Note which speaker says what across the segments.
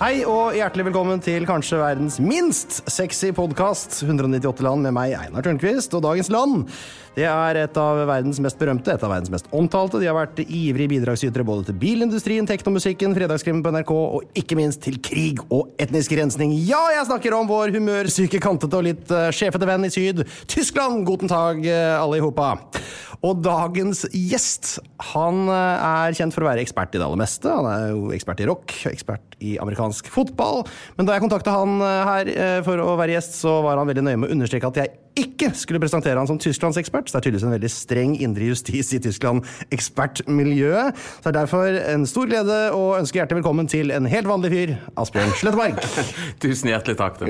Speaker 1: Hei og hjertelig velkommen til kanskje verdens minst sexy podkast, 198 land, med meg, Einar Tørnquist, og dagens land. Det er et av verdens mest berømte, et av verdens mest omtalte. De har vært ivrige bidragsytere både til bilindustrien, teknomusikken, fredagskrimmen på NRK, og ikke minst til krig og etnisk rensning. Ja, jeg snakker om vår humørsyke, kantete og litt eh, sjefete venn i syd, Tyskland! Guten tag, eh, alle i hopa. Og dagens gjest, han eh, er kjent for å være ekspert i det aller meste. Han er jo ekspert i rock, ekspert i amerikansk fotball. Men da jeg kontakta han eh, her eh, for å være gjest, så var han veldig nøye med å understreke at jeg ikke skulle presentere han som Tysklandsekspert. Så det er tydeligvis en veldig streng indre justis i Tyskland-ekspertmiljøet. Så det er derfor en stor glede å ønske hjertelig velkommen til en helt vanlig fyr, Asbjørn Sletteberg.
Speaker 2: Tusen hjertelig takk. Du.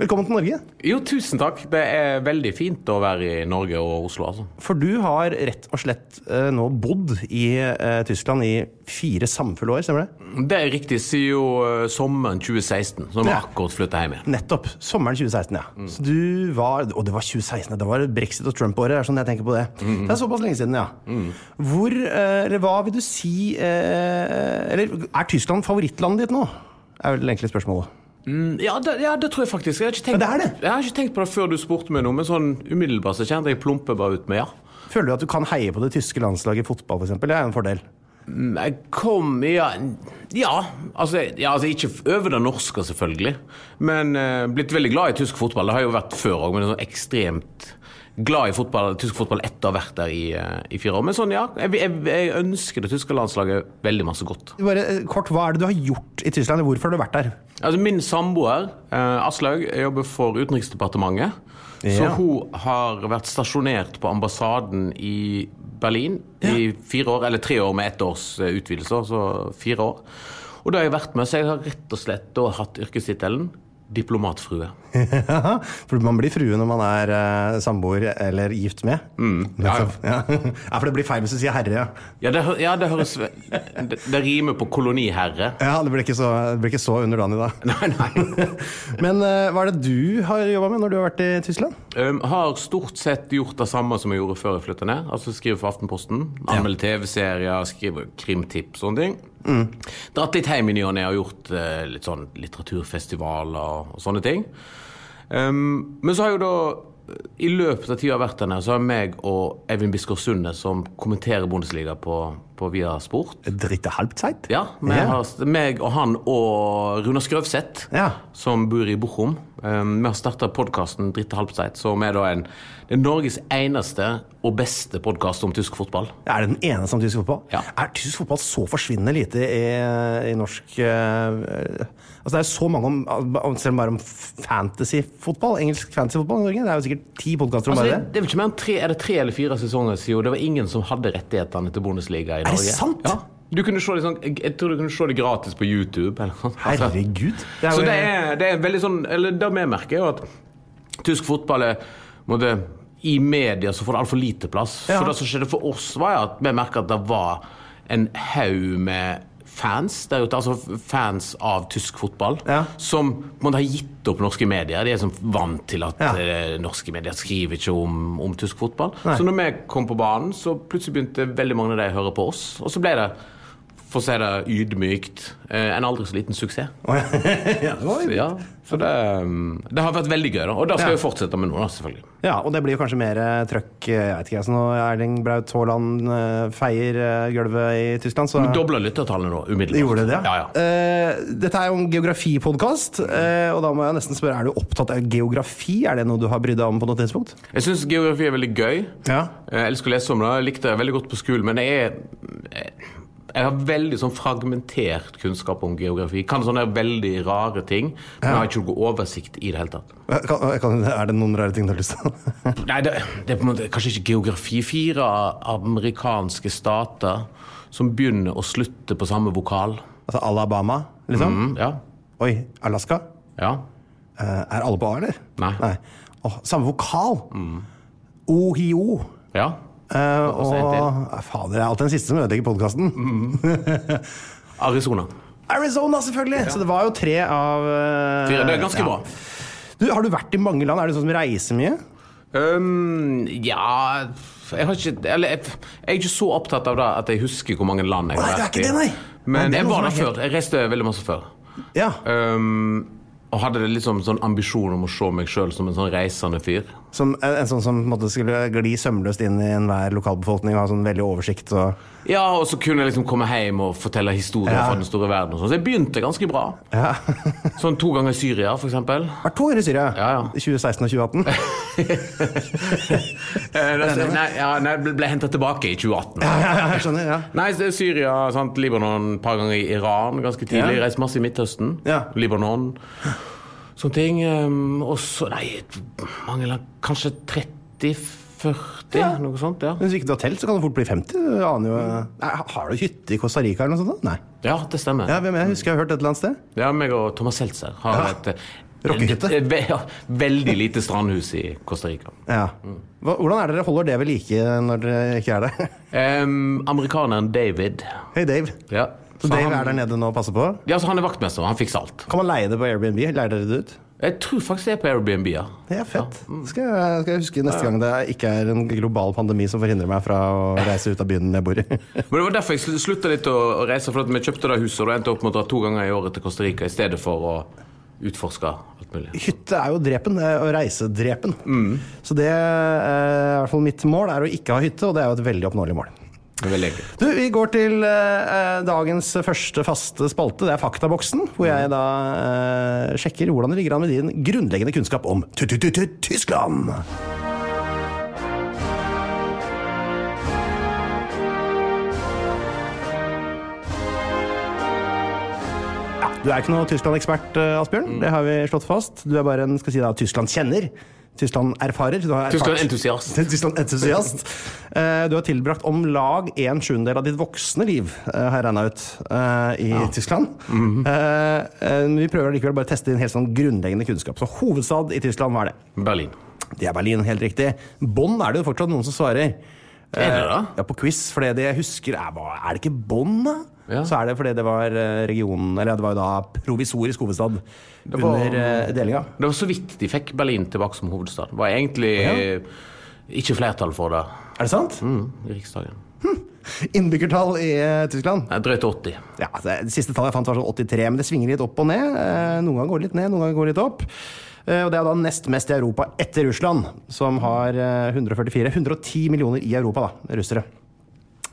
Speaker 1: Velkommen til Norge.
Speaker 2: Jo, tusen takk. Det er veldig fint å være i Norge og Oslo, altså.
Speaker 1: For du har rett og slett eh, nå bodd i eh, Tyskland i fire samfulle år, stemmer det?
Speaker 2: Det er riktig siden eh, sommeren 2016, så vi
Speaker 1: Ja.
Speaker 2: akkurat flytta hjem igjen.
Speaker 1: Nettopp. Sommeren 2016, ja. Så du var, Og det var 2016, ja. det var brexit og Trump-året. er sånn jeg tenker på Det Det er såpass lenge siden, ja. Hvor, eh, eller Hva vil du si eh, Eller er Tyskland favorittlandet ditt nå? er vel egentlig spørsmålet.
Speaker 2: Mm, Ja det, ja, det tror jeg faktisk. Jeg har, ikke tenkt,
Speaker 1: Ja, det er det.
Speaker 2: jeg har ikke tenkt på det før du spurte meg noe, men sånn umiddelbart så kjente jeg plumper bare ut med ja.
Speaker 1: Føler du at du kan heie på det tyske landslaget i fotball, f.eks.? Det er en fordel.
Speaker 2: Mm, Jeg kom Ja, ja altså, jeg- ja, altså ikke over det norske, selvfølgelig. Men eh, blitt veldig glad i tysk fotball. Det har jeg jo vært før òg, men sånn ekstremt glad i fotball, tysk fotball etter å ha vært der i, eh, i fire år. Men sånn, ja. Jeg, jeg, jeg ønsker det tyske landslaget veldig masse godt.
Speaker 1: Bare eh, kort, Hva er det du har gjort i Tyskland? og Hvorfor har du vært der?
Speaker 2: Altså, min samboer, eh, Aslaug, jobber for Utenriksdepartementet. Så
Speaker 1: Ja.
Speaker 2: hun har vært stasjonert på ambassaden i Berlin i fire år, eller tre år med ett års eh, utvidelse, så fire år. Og da har jeg vært med, så jeg har rett og slett da hatt yrkestittelen diplomatfrue.
Speaker 1: Ja, for man blir frue når man er eh, samboer eller gift med.
Speaker 2: Mm. ja, ja.
Speaker 1: Nettopp, ja. ja, for det blir feil hvis du sier herre. Ja,
Speaker 2: Ja, det, hø- ja, det høres Det, det rimer på koloniherre.
Speaker 1: ja det, blir ikke så, det blir ikke så underdanig da.
Speaker 2: Nei, nei.
Speaker 1: Men eh, hva er det du har jobba med når du har vært i Tyskland?
Speaker 2: Um, har stort sett gjort det samme som jeg gjorde før jeg flytta ned. Altså Skrive for Aftenposten, anmelde TV-serier, skrive krimtips og sånne ting. Dratt litt hjem i ny og ne og gjort eh, litt sånn litteraturfestivaler og sånne ting. Um, men så har jo da i løpet av tida jeg har vært der nede, så har meg og Evin Biskår Sunde, som kommenterer Bundesliga på, på Via Sport
Speaker 1: Dritte halbzeit?
Speaker 2: Ja, vi
Speaker 1: Ja.
Speaker 2: har- meg og han og Runar Skrøvseth,
Speaker 1: Ja.
Speaker 2: som bor i Bochum, Um, vi har starta podkasten Dritte Halbseit, som er da en, det er Norges eneste og beste podkast om tysk fotball.
Speaker 1: Er det den eneste om tysk fotball?
Speaker 2: Ja.
Speaker 1: Er tysk fotball så forsvinnende lite i, i norsk eh, Altså Det er jo så mange om, om selv bare om fantasyfotball. Engelsk fantasyfotball i Norge. Det er jo sikkert ti podkaster om
Speaker 2: Altså,
Speaker 1: bare
Speaker 2: det,
Speaker 1: det.
Speaker 2: det er vel ikke mer enn tre, er det tre eller fire sesonger siden det var ingen som hadde rettighetene til Bundesliga i
Speaker 1: det
Speaker 2: Norge.
Speaker 1: sant?
Speaker 2: Ja. Du kunne se det sånn, jeg jeg tror du kunne se det gratis på YouTube. Eller, noe sånt. Altså,
Speaker 1: Herregud. Det er
Speaker 2: så
Speaker 1: jo,
Speaker 2: det er, det er veldig sånn Eller det vi merker, er jo at tysk fotball er på en måte, I media så får det altfor lite plass.
Speaker 1: Ja.
Speaker 2: For det som skjedde for oss, var jo at vi merka at det var en haug med fans der ute, altså fans av tysk fotball,
Speaker 1: Ja.
Speaker 2: som på en måte har gitt opp norske medier. De er som vant til at
Speaker 1: Ja.
Speaker 2: eh, norske medier skriver ikke om, om tysk fotball.
Speaker 1: Nei.
Speaker 2: Så når vi kom på banen, så plutselig begynte veldig mange av de å høre på oss. Og så ble det, for å si det ydmykt, eh, en aldri så liten suksess.
Speaker 1: ja, det var jo-
Speaker 2: Ja, så det, um, det har vært veldig gøy, da. Og det skal vi fortsette med nå, da, selvfølgelig.
Speaker 1: ja, og det blir jo kanskje mer eh, trøkk. eh, Jeg vet ikke, altså når Erling Braut Haaland eh, feier eh, gulvet i Tyskland, så
Speaker 2: Dobla lyttertallene nå, umiddelbart.
Speaker 1: Gjorde det det?
Speaker 2: Ja, ja.
Speaker 1: Eh, dette er jo en geografipodkast, eh, og da må jeg nesten spørre, er du opptatt av geografi? Er det noe du har brydd deg om på noe tidspunkt?
Speaker 2: Jeg syns geografi er veldig gøy.
Speaker 1: Ja.
Speaker 2: Jeg elsker å lese om det. Jeg likte det veldig godt på skolen, men jeg er jeg- jeg har veldig sånn fragmentert kunnskap om geografi. Kan sånne veldig rare ting, men jeg har ikke noe oversikt i det hele tatt.
Speaker 1: Eh, Kan, kan, er det noen rare ting du har lyst til?
Speaker 2: Nei, det, det er på en måte kanskje ikke geografi. Fire amerikanske stater som begynner og slutter på samme vokal.
Speaker 1: Altså Alabama, liksom?
Speaker 2: Mm, ja.
Speaker 1: Oi, Alaska?
Speaker 2: ja.
Speaker 1: Eh, er alle på A, eller?
Speaker 2: Nei.
Speaker 1: Åh, samme vokal! Ohio.
Speaker 2: Ja.
Speaker 1: Eh, og
Speaker 2: så en til.
Speaker 1: Nei, Fader, det er alltid den siste som ødelegger podkasten.
Speaker 2: Arizona.
Speaker 1: Arizona, selvfølgelig! Så det var jo tre av eh,
Speaker 2: Fire. Det er ganske
Speaker 1: ja.
Speaker 2: bra.
Speaker 1: Du, har du vært i mange land? Er du sånn som reiser mye?
Speaker 2: Um, ja jeg, har ikke, eller, jeg, jeg er ikke så opptatt av det at jeg husker hvor mange land jeg
Speaker 1: Nei,
Speaker 2: har
Speaker 1: det er
Speaker 2: vært
Speaker 1: ikke det, nei.
Speaker 2: i. Men
Speaker 1: Nei, det er
Speaker 2: jeg
Speaker 1: noe
Speaker 2: var
Speaker 1: som
Speaker 2: der
Speaker 1: er helt-
Speaker 2: før. Jeg reiste veldig masse før.
Speaker 1: Ja.
Speaker 2: Um, og hadde det liksom sånn ambisjon om å se meg sjøl som en sånn reisende fyr.
Speaker 1: Som, en, en sånn som på en måte, skulle gli sømløst inn i enhver lokalbefolkning og ha sånn veldig oversikt og
Speaker 2: Ja, Og så kunne jeg liksom komme hjem og fortelle historier
Speaker 1: Ja.
Speaker 2: fra den store verden. Og sånn. så jeg begynte ganske bra.
Speaker 1: Ja.
Speaker 2: Sånn to ganger Syria, for eksempel.
Speaker 1: Vært to år i Syria.
Speaker 2: Ja, ja.
Speaker 1: I 2016 og 2018.
Speaker 2: Eh, det- Nei, ja, nei, ble, ble henta tilbake i 2018.
Speaker 1: Ja, ja, ja, jeg skjønner. Ja.
Speaker 2: Nei, så Syria, sant? Libanon, et par ganger i Iran ganske tidlig.
Speaker 1: Ja.
Speaker 2: Reist masse i Midtøsten.
Speaker 1: Ja.
Speaker 2: Libanon. Sånne ting. Um, og så Nei, mange land. Kanskje 30-40?
Speaker 1: Ja.
Speaker 2: Noe sånt. Ja.
Speaker 1: Men hvis ikke du har telt, så kan du fort bli 50. Du aner jo Nei, Har du hytte i Costa Rica eller noe sånt? da? Nei.
Speaker 2: ja, det stemmer.
Speaker 1: Ja,
Speaker 2: Ja,
Speaker 1: hvem er? Husker jeg har hørt et eller annet sted?
Speaker 2: meg og Thomas Seltzer har
Speaker 1: Ja.
Speaker 2: et eh,
Speaker 1: Rockehytte.
Speaker 2: et- et ve- ja, Veldig lite strandhus i Costa Rica.
Speaker 1: Ja. Hva, hvordan er det dere holder det ved like når dere ikke er der?
Speaker 2: Um, amerikaneren David.
Speaker 1: Hei, Dave.
Speaker 2: Ja.
Speaker 1: Så Dave
Speaker 2: han,
Speaker 1: er der nede nå og passer på?
Speaker 2: ja, så han er vaktmester. Han fikser alt.
Speaker 1: Kan man leie det på Airbnb? Leier dere det ut?
Speaker 2: Jeg tror faktisk det er på Airbnb. Ja.
Speaker 1: Det er fett. Det skal jeg, skal jeg huske neste gang det ikke er en global pandemi som forhindrer meg fra å reise ut av byen jeg bor i.
Speaker 2: Men Det var derfor jeg slutta litt å å reise. For at Vi kjøpte det huset og det endte opp med å dra to ganger i året til Costa Rica i stedet for å utforske alt mulig.
Speaker 1: Hytte er jo drepen, eh, og reisedrepen. Så det, eh, i hvert fall mitt mål, er å ikke ha hytte, og det er jo et veldig oppnåelig mål.
Speaker 2: Det er veldig enkelt.
Speaker 1: Du, Vi går til eh, eh, dagens første faste spalte. Det er Faktaboksen. Hvor jeg da eh, sjekker hvordan det ligger an med din grunnleggende kunnskap om Tyskland. Ja, Du er ikke noe Tyskland-ekspert, eh, Asbjørn. Det har vi slått fast. Du er bare en skal si da, Tyskland-kjenner. Tyskland-erfarer. Du har erfart-
Speaker 2: Tyskland-entusiast.
Speaker 1: Tyskland-entusiast. Eh, Du har tilbrakt om lag en sjuendedel av ditt voksne liv, eh, har jeg regna ut, eh, i Tyskland. Eh, eh, men Vi prøver likevel bare å teste din helt sånn grunnleggende kunnskap. Så hovedstad i Tyskland, hva er det?
Speaker 2: Berlin.
Speaker 1: Det er Berlin, helt riktig. Bonn er det jo fortsatt noen som svarer.
Speaker 2: Er det
Speaker 1: Eh,
Speaker 2: det?
Speaker 1: Ja, på quiz, for det jeg husker er hva- Er det ikke Bonn, da?
Speaker 2: Ja.
Speaker 1: Så er det fordi det var eh, regionen Eller ja, det var jo da provisorisk hovedstad
Speaker 2: var-
Speaker 1: under eh, delinga.
Speaker 2: Det var så vidt de fikk Berlin tilbake som hovedstad. Det var egentlig eh, ikke flertall for det
Speaker 1: Er det sant?
Speaker 2: mm, i Riksdagen.
Speaker 1: Innbyggertall i eh, Tyskland?
Speaker 2: Nei, Drøyt 80.
Speaker 1: Ja, det, det siste tallet jeg fant var sånn 83, men det svinger litt opp og ned. Eh, Noen ganger går det litt ned, noen ganger går det litt opp. Eh, Og det er da nest mest i Europa etter Russland, som har eh, 144 110 millioner i Europa, da, russere.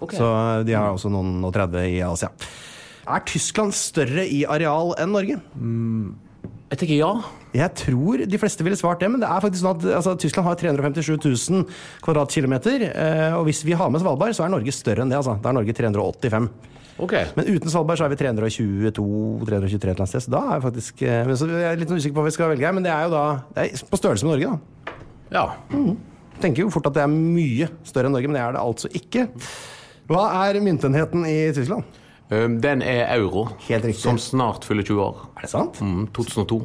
Speaker 1: Så eh, de har også noen og 30 i Asia. Er Tyskland større i areal enn Norge?
Speaker 2: Jeg tenker ja.
Speaker 1: Jeg tror de fleste ville svart det, men det er faktisk sånn at altså, Tyskland har 357 000 kvadratkilometer. eh, Og hvis vi har med Svalbard, så er Norge større enn det. Altså. Da er Norge 385.
Speaker 2: Ok.
Speaker 1: Men uten Svalbard så er vi 322-323 et eller annet sted. Så da er jeg faktisk eh, men så Jeg er litt sånn usikker på hva vi skal velge her, men det er jo da det er på størrelse med Norge, da.
Speaker 2: Ja.
Speaker 1: Tenker jo fort at det er mye større enn Norge, men det er det altså ikke. Hva er myntenheten i Tyskland?
Speaker 2: Um, den er euro,
Speaker 1: Helt riktig.
Speaker 2: som snart fyller 20 år.
Speaker 1: Er det sant?
Speaker 2: Mm, 2002.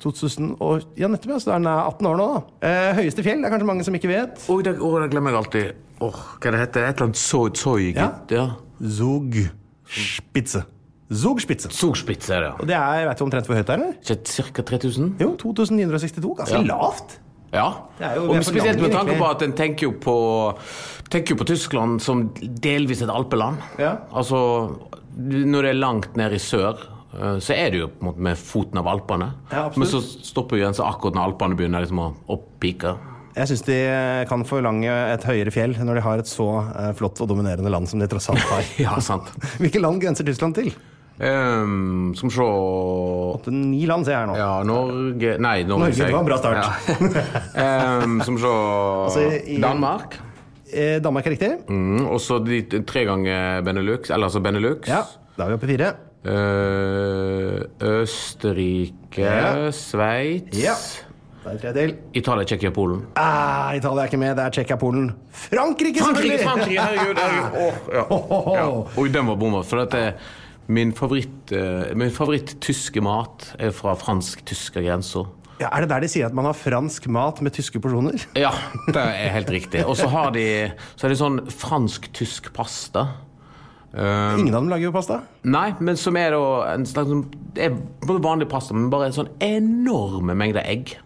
Speaker 1: 2000 og, ja, nettopp. Ja, så den er 18 år nå, da. Eh, høyeste fjell er kanskje mange som ikke vet.
Speaker 2: Oi, det, å, det glemmer jeg alltid. Åh, hva det heter det? Et eller annet so Zeugitt? Ja.
Speaker 1: Zugspitze. Zugspitze.
Speaker 2: Zugspitze er det.
Speaker 1: Og det er, Vet du omtrent hvor høyt det er? eller?
Speaker 2: Ikke ca. 3000?
Speaker 1: Jo, 2962. Ganske
Speaker 2: Ja.
Speaker 1: lavt.
Speaker 2: Ja.
Speaker 1: Det er jo- vi er
Speaker 2: og
Speaker 1: for
Speaker 2: spesielt
Speaker 1: lange,
Speaker 2: med tanke
Speaker 1: egentlig.
Speaker 2: på at en tenker jo på, tenker jo på Tyskland som delvis et alpeland.
Speaker 1: Ja.
Speaker 2: Altså, når det er langt ned i sør, eh, så er det jo på en måte med foten av Alpene.
Speaker 1: Ja, absolutt.
Speaker 2: Men så stopper jo grensa akkurat når Alpene begynner liksom å oppike.
Speaker 1: Jeg syns de eh, kan forlange et høyere fjell når de har et så eh, flott og dominerende land som de tross alt har.
Speaker 2: Ja, sant.
Speaker 1: Hvilke land grenser Tyskland til?
Speaker 2: Um, skal vi se
Speaker 1: Åtte, Ni land ser jeg her nå.
Speaker 2: Ja, Norge Nei, Norge.
Speaker 1: Norge,
Speaker 2: sier jeg.
Speaker 1: det var en bra start.
Speaker 2: Ja. um, som så
Speaker 1: Altså, i-
Speaker 2: Danmark.
Speaker 1: Eh, Danmark er riktig.
Speaker 2: Mm, og så de t- tre ganger Benelux. Eller altså Benelux.
Speaker 1: Ja, Da er vi oppe i fire.
Speaker 2: Eh, Østerrike,
Speaker 1: Ja.
Speaker 2: Sveits
Speaker 1: Ja. Da er det tre til.
Speaker 2: Italia, Tsjekkia, Polen.
Speaker 1: Ah, Italia er ikke med. Det er Tsjekkia, Polen. Frankrike,
Speaker 2: Frankrike,
Speaker 1: selvfølgelig!
Speaker 2: Frankrike! Herregud. herregud. Åh, ja.
Speaker 1: Ho,
Speaker 2: Ja.
Speaker 1: ho, ho.
Speaker 2: Oi, den var bommet. For dette er min favoritt eh, Min favoritt tyske mat er fra fransk-tyske grensa.
Speaker 1: Ja, er det der de sier at man har fransk mat med tyske porsjoner?
Speaker 2: Ja, det er helt riktig. Og så har de Så er det sånn fransk-tysk pasta. Eh,
Speaker 1: Ingen av dem lager jo pasta.
Speaker 2: nei, men som er da en slags sånn- Det er både vanlig pasta, men bare en sånn enorme mengder egg.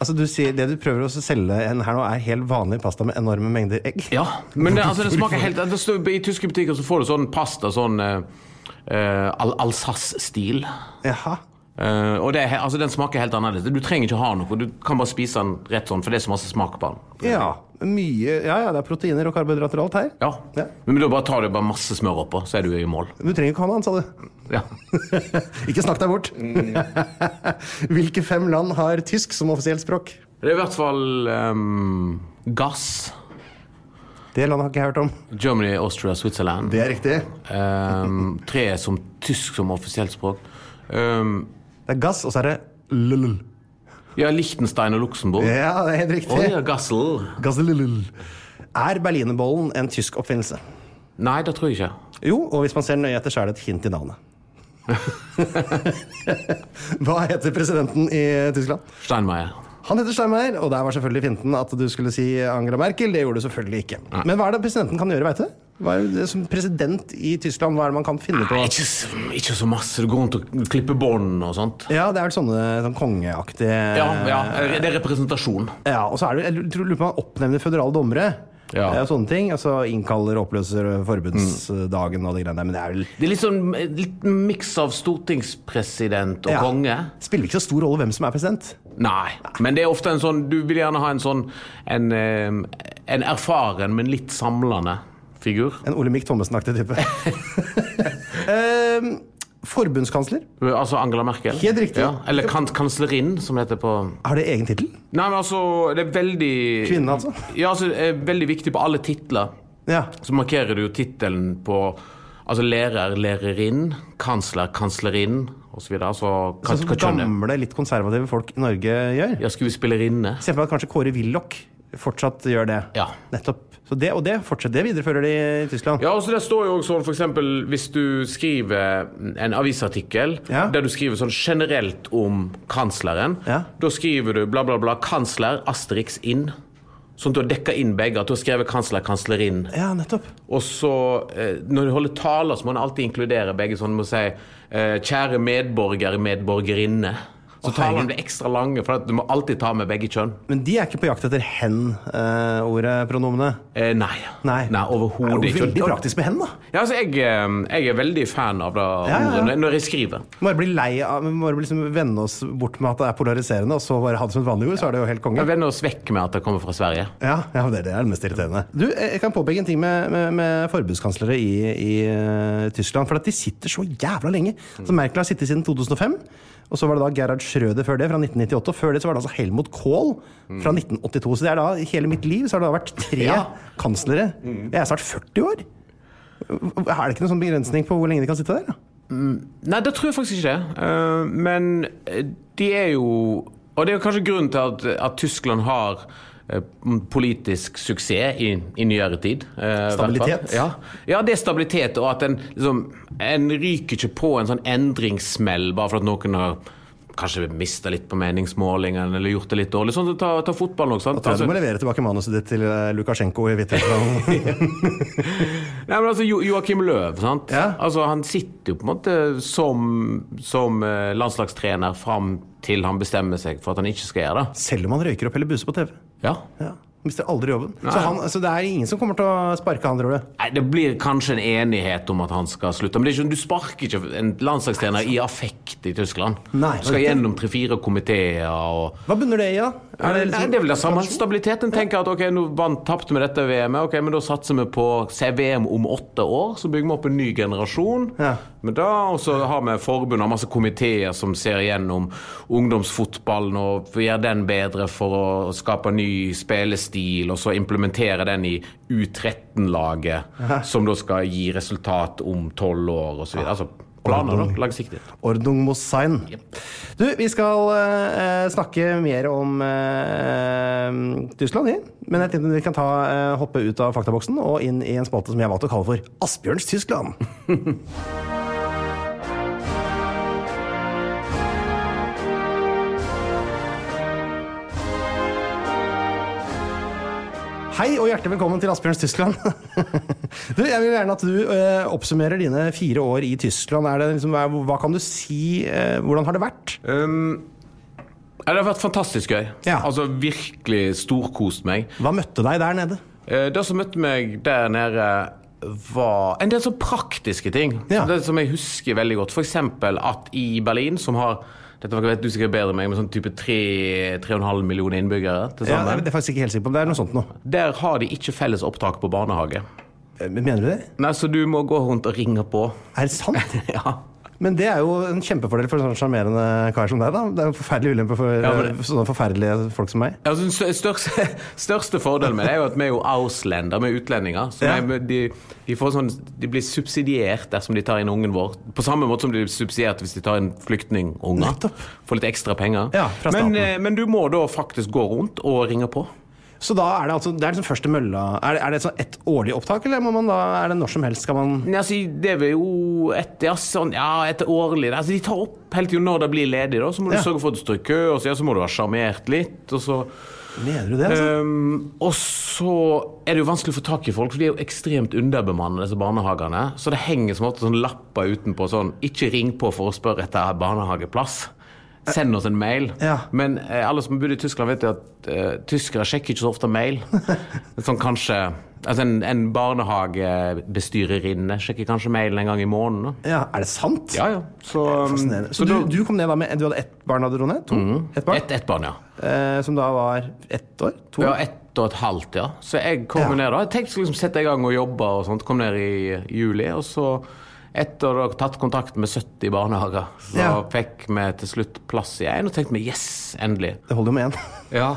Speaker 1: Altså, du sier, Det du prøver å selge en her nå, er helt vanlig pasta med enorme mengder egg.
Speaker 2: Ja, men det, altså, det smaker helt det står, I tyske butikker så får du sånn pasta sånn eh, eh, al Alsace-stil.
Speaker 1: Jaha.
Speaker 2: Eh, og det, er he- altså, den smaker helt annerledes. Du trenger ikke ha noe, du kan bare spise den rett sånn, for det er så masse smak på den.
Speaker 1: Ja, mye, ja, ja, det er proteiner og karbohydrater og alt her.
Speaker 2: Ja.
Speaker 1: Ja.
Speaker 2: Men da bare tar du bare masse smør oppå, så er du i mål.
Speaker 1: Du trenger ikke ha noe annet, sa du.
Speaker 2: Ja.
Speaker 1: ikke snakk deg bort. Hvilke fem land har tysk som offisielt språk?
Speaker 2: Det er i hvert fall ehm, gass.
Speaker 1: Det landet har ikke jeg hørt om.
Speaker 2: Germany, Austria, Switzerland.
Speaker 1: Det er riktig.
Speaker 2: Ehm, tre som tysk som offisielt språk. Ehm,
Speaker 1: Det er gass, og så er det lull.
Speaker 2: ja, Liechtenstein og Luxembourg. Å
Speaker 1: Ja, det er helt riktig.
Speaker 2: ja, Gassel.
Speaker 1: Gass, lull. Er berlinerbollen en tysk oppfinnelse?
Speaker 2: Nei, det tror jeg ikke.
Speaker 1: Jo, og hvis man ser nøye etter, så er det et hint i navnet. Hva heter presidenten i Tyskland?
Speaker 2: Steinmeier.
Speaker 1: Han heter Steinmeier, og der var selvfølgelig finten at du skulle si Angela Merkel. Det gjorde du selvfølgelig ikke. Men hva er det presidenten kan gjøre, veit du? Hva er det som president i Tyskland, hva er det man kan finne på?
Speaker 2: Nei, ikke, så- ikke så masse. Du går rundt og klipper bånd og sånt.
Speaker 1: Ja, det er vel sånne sånn kongeaktige
Speaker 2: Ja, ja, det er representasjon.
Speaker 1: Ja, og så er det, jeg tror lurer på om han oppnevner føderale dommere.
Speaker 2: Ja.
Speaker 1: Eh, Og sånne ting. Og så innkaller og oppløser forbundsdagen og de greiene der. Men det er vel
Speaker 2: Det er litt sånn eh, litt miks av stortingspresident og
Speaker 1: Ja.
Speaker 2: konge.
Speaker 1: Spiller ikke så stor rolle hvem som er president.
Speaker 2: Nei, men det er ofte en sånn Du vil gjerne ha en sånn En, eh, en erfaren, men litt samlende figur.
Speaker 1: En Olemic Thommessen-aktig type. Eh, forbundskansler.
Speaker 2: Altså Angela Merkel.
Speaker 1: Helt riktig.
Speaker 2: Ja, eller kan kanslerinnen, som det heter på
Speaker 1: Har det egen tittel?
Speaker 2: Nei, men altså, det er veldig
Speaker 1: Kvinne, altså?
Speaker 2: Ja, altså, det er veldig viktig på alle titler.
Speaker 1: Ja.
Speaker 2: Så markerer du jo tittelen på Altså lærer, lærerinn, kansler, kanslerinn osv. Altså hva,
Speaker 1: Sånn
Speaker 2: hva
Speaker 1: som
Speaker 2: kjønn er
Speaker 1: gamle, litt konservative folk i Norge gjør.
Speaker 2: Ja, skuespillerinne.
Speaker 1: Se for deg at kanskje Kåre Willoch fortsatt gjør det.
Speaker 2: Ja.
Speaker 1: Nettopp. Så det, og det fortsetter, det viderefører de i Tyskland.
Speaker 2: Ja, altså Det står jo også sånn for eksempel hvis du skriver en avisartikkel
Speaker 1: Ja.
Speaker 2: der du skriver sånn generelt om kansleren,
Speaker 1: Ja.
Speaker 2: da skriver du bla, bla, bla, 'kansler', asterix inn. Sånn at du har dekka inn begge. At du har skrevet 'kansler', 'kanslerinn'.
Speaker 1: Ja, nettopp.
Speaker 2: Og så, eh, når du holder taler, så må en alltid inkludere begge sånn med å si eh, 'kjære medborger, medborgerinne'. Så
Speaker 1: Å,
Speaker 2: talene
Speaker 1: herregud.
Speaker 2: blir ekstra lange, for at du må alltid ta med begge kjønn.
Speaker 1: Men de er ikke på jakt etter hen-ordet, pronomene.
Speaker 2: Eh, nei.
Speaker 1: Nei.
Speaker 2: Overhodet
Speaker 1: Det er jo
Speaker 2: ikke.
Speaker 1: veldig praktisk med hen, da.
Speaker 2: Ja, altså, jeg, eh, jeg er veldig fan av det
Speaker 1: ja, ja.
Speaker 2: ordet når- når jeg skriver.
Speaker 1: Bare bli lei av, vi må bare liksom vende oss bort med at det er polariserende, og så bare ha det som et vanlig ord, så er det jo helt konge.
Speaker 2: Jeg vender oss vekk med at det kommer fra Sverige.
Speaker 1: Ja, ja det, det er det mest irriterende. Du, jeg jeg kan påpeke en ting med, med, med forbudskanslere i, i eh, Tyskland. For at de sitter så jævla lenge. Så Merkel har sittet siden 2005. Og så var det da Gerhard Schrøder før det, fra 1998. Og før det så var det altså Helmut Kohl fra 1982. Så det er da, i hele mitt liv så har det da vært tre
Speaker 2: Ja.
Speaker 1: kanslere. Jeg er snart 40 år. Er det ikke noen sånn begrensning på hvor lenge de kan sitte der? da?
Speaker 2: Nei, det tror jeg faktisk ikke. Eh, men de er jo Og det er jo kanskje grunnen til at, at Tyskland har eh, politisk suksess i, i nyere tid. eh, i hvert fall.
Speaker 1: Stabilitet.
Speaker 2: Ja. ja, det er stabilitet, og at en liksom En ryker ikke på en sånn endringssmell bare for at noen har Kanskje mista litt på meningsmålingene eller gjort det litt dårlig. Sånn, ta, ta fotballen også. sant?
Speaker 1: Da tror jeg
Speaker 2: Altså-
Speaker 1: du må levere tilbake manuset ditt til eh, Lukasjenko i Hviterussland.
Speaker 2: Nei, men altså jo Joakim Løv, sant?
Speaker 1: Ja.
Speaker 2: Altså, han sitter jo på en måte som, som eh, landslagstrener fram til han bestemmer seg for at han ikke skal gjøre det.
Speaker 1: Selv om han røyker opp eller buser på TV.
Speaker 2: Ja.
Speaker 1: Ja. Mister aldri jobben. Så, han, så det er ingen som kommer til å sparke han, tror du?
Speaker 2: Nei, Det blir kanskje en enighet om at han skal slutte. Men det er ikke, du sparker ikke en landslagstrener i affekt i Tyskland.
Speaker 1: Nei,
Speaker 2: du skal
Speaker 1: riktig.
Speaker 2: gjennom tre-fire komiteer og
Speaker 1: Hva bunner det i, da?
Speaker 2: Eh, Nei,
Speaker 1: Er
Speaker 2: det,
Speaker 1: det liksom-
Speaker 2: er vel det samme. Stabilitet. En tenker at ok, nå vant, tapte vi dette VM-et, ok, men da satser vi på se VM om åtte år. Så bygger vi opp en ny generasjon.
Speaker 1: Ja.
Speaker 2: Men da, Og så har vi forbund og masse komiteer som ser gjennom ungdomsfotballen og gjør den bedre for å skape ny spillestil, og så implementere den i U13-laget, som da skal gi resultat om tolv år osv. Altså planer, da. Langsiktig.
Speaker 1: Ordnung muss sein. Du, vi skal eh, snakke mer om eh, Tyskland, vi. Men jeg tenkte vi kan ta, eh, hoppe ut av faktaboksen og inn i en spalte som jeg valgte å kalle for Asbjørns Tyskland. Hei og hjertelig velkommen til Asbjørns Tyskland. du, jeg vil gjerne at du eh, oppsummerer dine fire år i Tyskland. Er det liksom, hva- hva kan du si? eh, hvordan har det vært?
Speaker 2: Um, ja, det har vært fantastisk gøy.
Speaker 1: Ja.
Speaker 2: Altså Virkelig storkost meg.
Speaker 1: Hva møtte deg der nede?
Speaker 2: Eh, Det som møtte meg der nede, var en del sånn praktiske ting.
Speaker 1: Ja.
Speaker 2: Det som jeg husker veldig godt. F.eks. at i Berlin, som har dette vet du sikkert bedre enn meg, men sånn type 3-3,5 millioner innbyggere til
Speaker 1: Ja,
Speaker 2: sammen,
Speaker 1: det er faktisk ikke helt sikker på, men det er noe sånt nå.
Speaker 2: der har de ikke felles opptak på barnehage.
Speaker 1: Eh, men Mener du det?
Speaker 2: Nei, Så du må gå rundt og ringe på.
Speaker 1: Er det sant?
Speaker 2: Ja.
Speaker 1: Men det er jo en kjempefordel for en sånn sjarmerende kar som deg, da. Det er en forferdelig ulempe for
Speaker 2: Ja, men-
Speaker 1: eh, sånne forferdelige folk som meg.
Speaker 2: Altså, den stør- største, største fordelen med det er jo at vi er jo auslender, vi er utlendinger. Så
Speaker 1: Ja.
Speaker 2: de, de, de, får sånn, de blir subsidiert dersom de tar inn ungen vår. På samme måte som de blir subsidiert hvis de tar inn flyktningunger.
Speaker 1: Nettopp.
Speaker 2: Får litt ekstra penger.
Speaker 1: Ja, fra
Speaker 2: men,
Speaker 1: staten.
Speaker 2: eh, men du må da faktisk gå rundt og ringe på.
Speaker 1: Så da er det altså det er liksom første mølla Er det, er det sånn ett årlig opptak, eller må man da, er det når som helst? Skal man
Speaker 2: Nei, altså, det er jo et, ja, sånn, ja, et årlig altså, De tar opp helt til når det blir ledig. Da. Så må du
Speaker 1: Ja.
Speaker 2: sørge for at du står i kø, og så, ja, så må du ha sjarmert litt. Og så
Speaker 1: Mener du det? Altså?
Speaker 2: Um, og så er det jo vanskelig å få tak i folk, for de er jo ekstremt underbemannede, disse barnehagene. Så det henger som ofte sånn lapper utenpå sånn 'Ikke ring på for å spørre etter barnehageplass'. Send oss en mail.
Speaker 1: Ja.
Speaker 2: Men eh, alle som har bodd i Tyskland, vet jo at eh, tyskere sjekker ikke så ofte mail. Sånn kanskje Altså en, en barnehagebestyrerinne sjekker kanskje mailen en gang i måneden. da.
Speaker 1: Ja, er det sant?
Speaker 2: Ja, ja. Så, um,
Speaker 1: Fascinerende. Så,
Speaker 2: så
Speaker 1: du,
Speaker 2: da- Mm.
Speaker 1: du kom ned da med Du hadde ett barn, hadde du, Ronny? To? Ett barn?
Speaker 2: Ett et barn, ja.
Speaker 1: Eh, som da var ett år? To?
Speaker 2: Ja, ett og et halvt, ja. Så jeg kom
Speaker 1: Ja.
Speaker 2: ned da. Jeg tenkte jeg skulle liksom sette i gang og jobbe og sånt. Kom ned i juli. Og så, etter å ha tatt kontakt med 70 barnehager, så
Speaker 1: Ja.
Speaker 2: fikk vi til slutt plass i en, og tenkte vi yes, endelig.
Speaker 1: Det holder jo med én.
Speaker 2: Ja.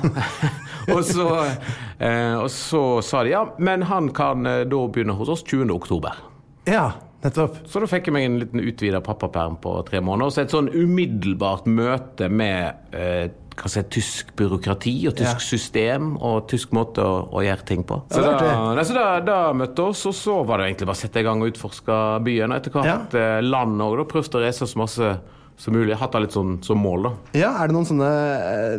Speaker 2: og, så, eh, og så sa de ja, men han kan eh, da begynne hos oss 20. oktober.
Speaker 1: ja, nettopp.
Speaker 2: Så da fikk jeg meg en liten utvida pappaperm på tre måneder. Så et sånn umiddelbart møte med eh, hva skal jeg, si, tysk byråkrati og tysk system og tysk måte å, å gjøre ting på. Så,
Speaker 1: det er
Speaker 2: da,
Speaker 1: artig.
Speaker 2: nei, så da, da møtte oss, og så var det egentlig bare å sette i gang og utforske byen. Og etter hvert eh, land òg. Prøvde å reise så masse som mulig. Hatt det litt sånn som mål, da.
Speaker 1: Ja, Er det noen sånne eh,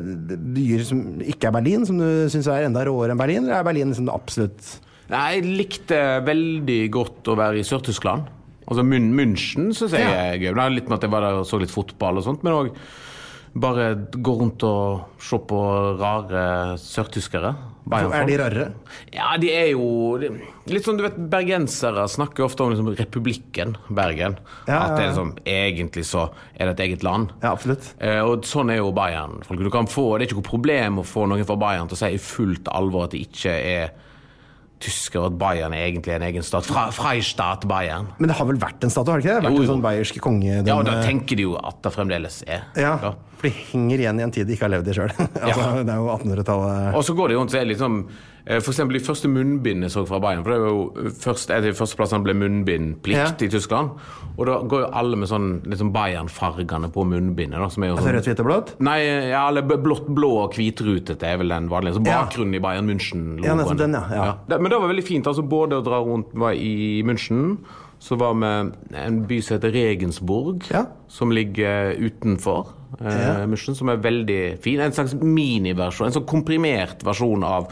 Speaker 1: byer som ikke er Berlin, som du syns er enda råere enn Berlin? Eller er Berlin liksom det absolutt
Speaker 2: Nei, jeg likte veldig godt å være i Sør-Tyskland. Altså Mun München syns jeg er gøy. Det er litt med at jeg var der og så litt fotball og sånt, men òg bare gå rundt og se på rare sørtyskere.
Speaker 1: Er de rarere?
Speaker 2: Ja, de er jo de- Litt sånn, du vet, Bergensere snakker ofte om liksom, republikken Bergen.
Speaker 1: Ja,
Speaker 2: At
Speaker 1: ja,
Speaker 2: det er
Speaker 1: ja.
Speaker 2: liksom, egentlig så er det et eget land.
Speaker 1: Ja, absolutt.
Speaker 2: Eh, og sånn er jo Bayern. Folk, du kan få, det er ikke noe problem å få noen fra Bayern til å si i fullt alvor at de ikke er tysker, og at Bayern er egentlig en egen stat. Fra, Freistaat Bayern.
Speaker 1: Men det har vel vært en statue? har det ikke det? Vært
Speaker 2: Jo,
Speaker 1: en
Speaker 2: jo.
Speaker 1: sånn bayerske konge? den,
Speaker 2: Ja, og da
Speaker 1: eh,
Speaker 2: tenker de jo at det fremdeles er.
Speaker 1: ja,
Speaker 2: Ja.
Speaker 1: For de henger igjen i en tid de ikke har levd i sjøl. altså,
Speaker 2: Ja.
Speaker 1: Det er jo 1800-tallet.
Speaker 2: Og så går det jo an til å se liksom eh, For eksempel de første munnbindene jeg så fra Bayern. For det var jo eh, først, en av de første plassene ble munnbindplikt
Speaker 1: Ja.
Speaker 2: i Tyskland. Og da går jo alle med sånn liksom Bayern-fargene på munnbindet. Da, som er jo
Speaker 1: Altså
Speaker 2: sånn,
Speaker 1: rødt, hvitt og blått?
Speaker 2: Nei, ja, eller b- blått, blå og hvitrutete er vel den vanlige. Så
Speaker 1: Ja.
Speaker 2: bakgrunnen i Bayern München-logoen.
Speaker 1: Ja, nettopp den, ja, ja.
Speaker 2: Det- Men det var veldig fint. altså Både å dra rundt var i München, så var vi en by som heter Regensburg,
Speaker 1: Ja.
Speaker 2: som ligger utenfor eh,
Speaker 1: Ja.
Speaker 2: München, som er veldig fin. En slags miniversjon, en sånn komprimert versjon av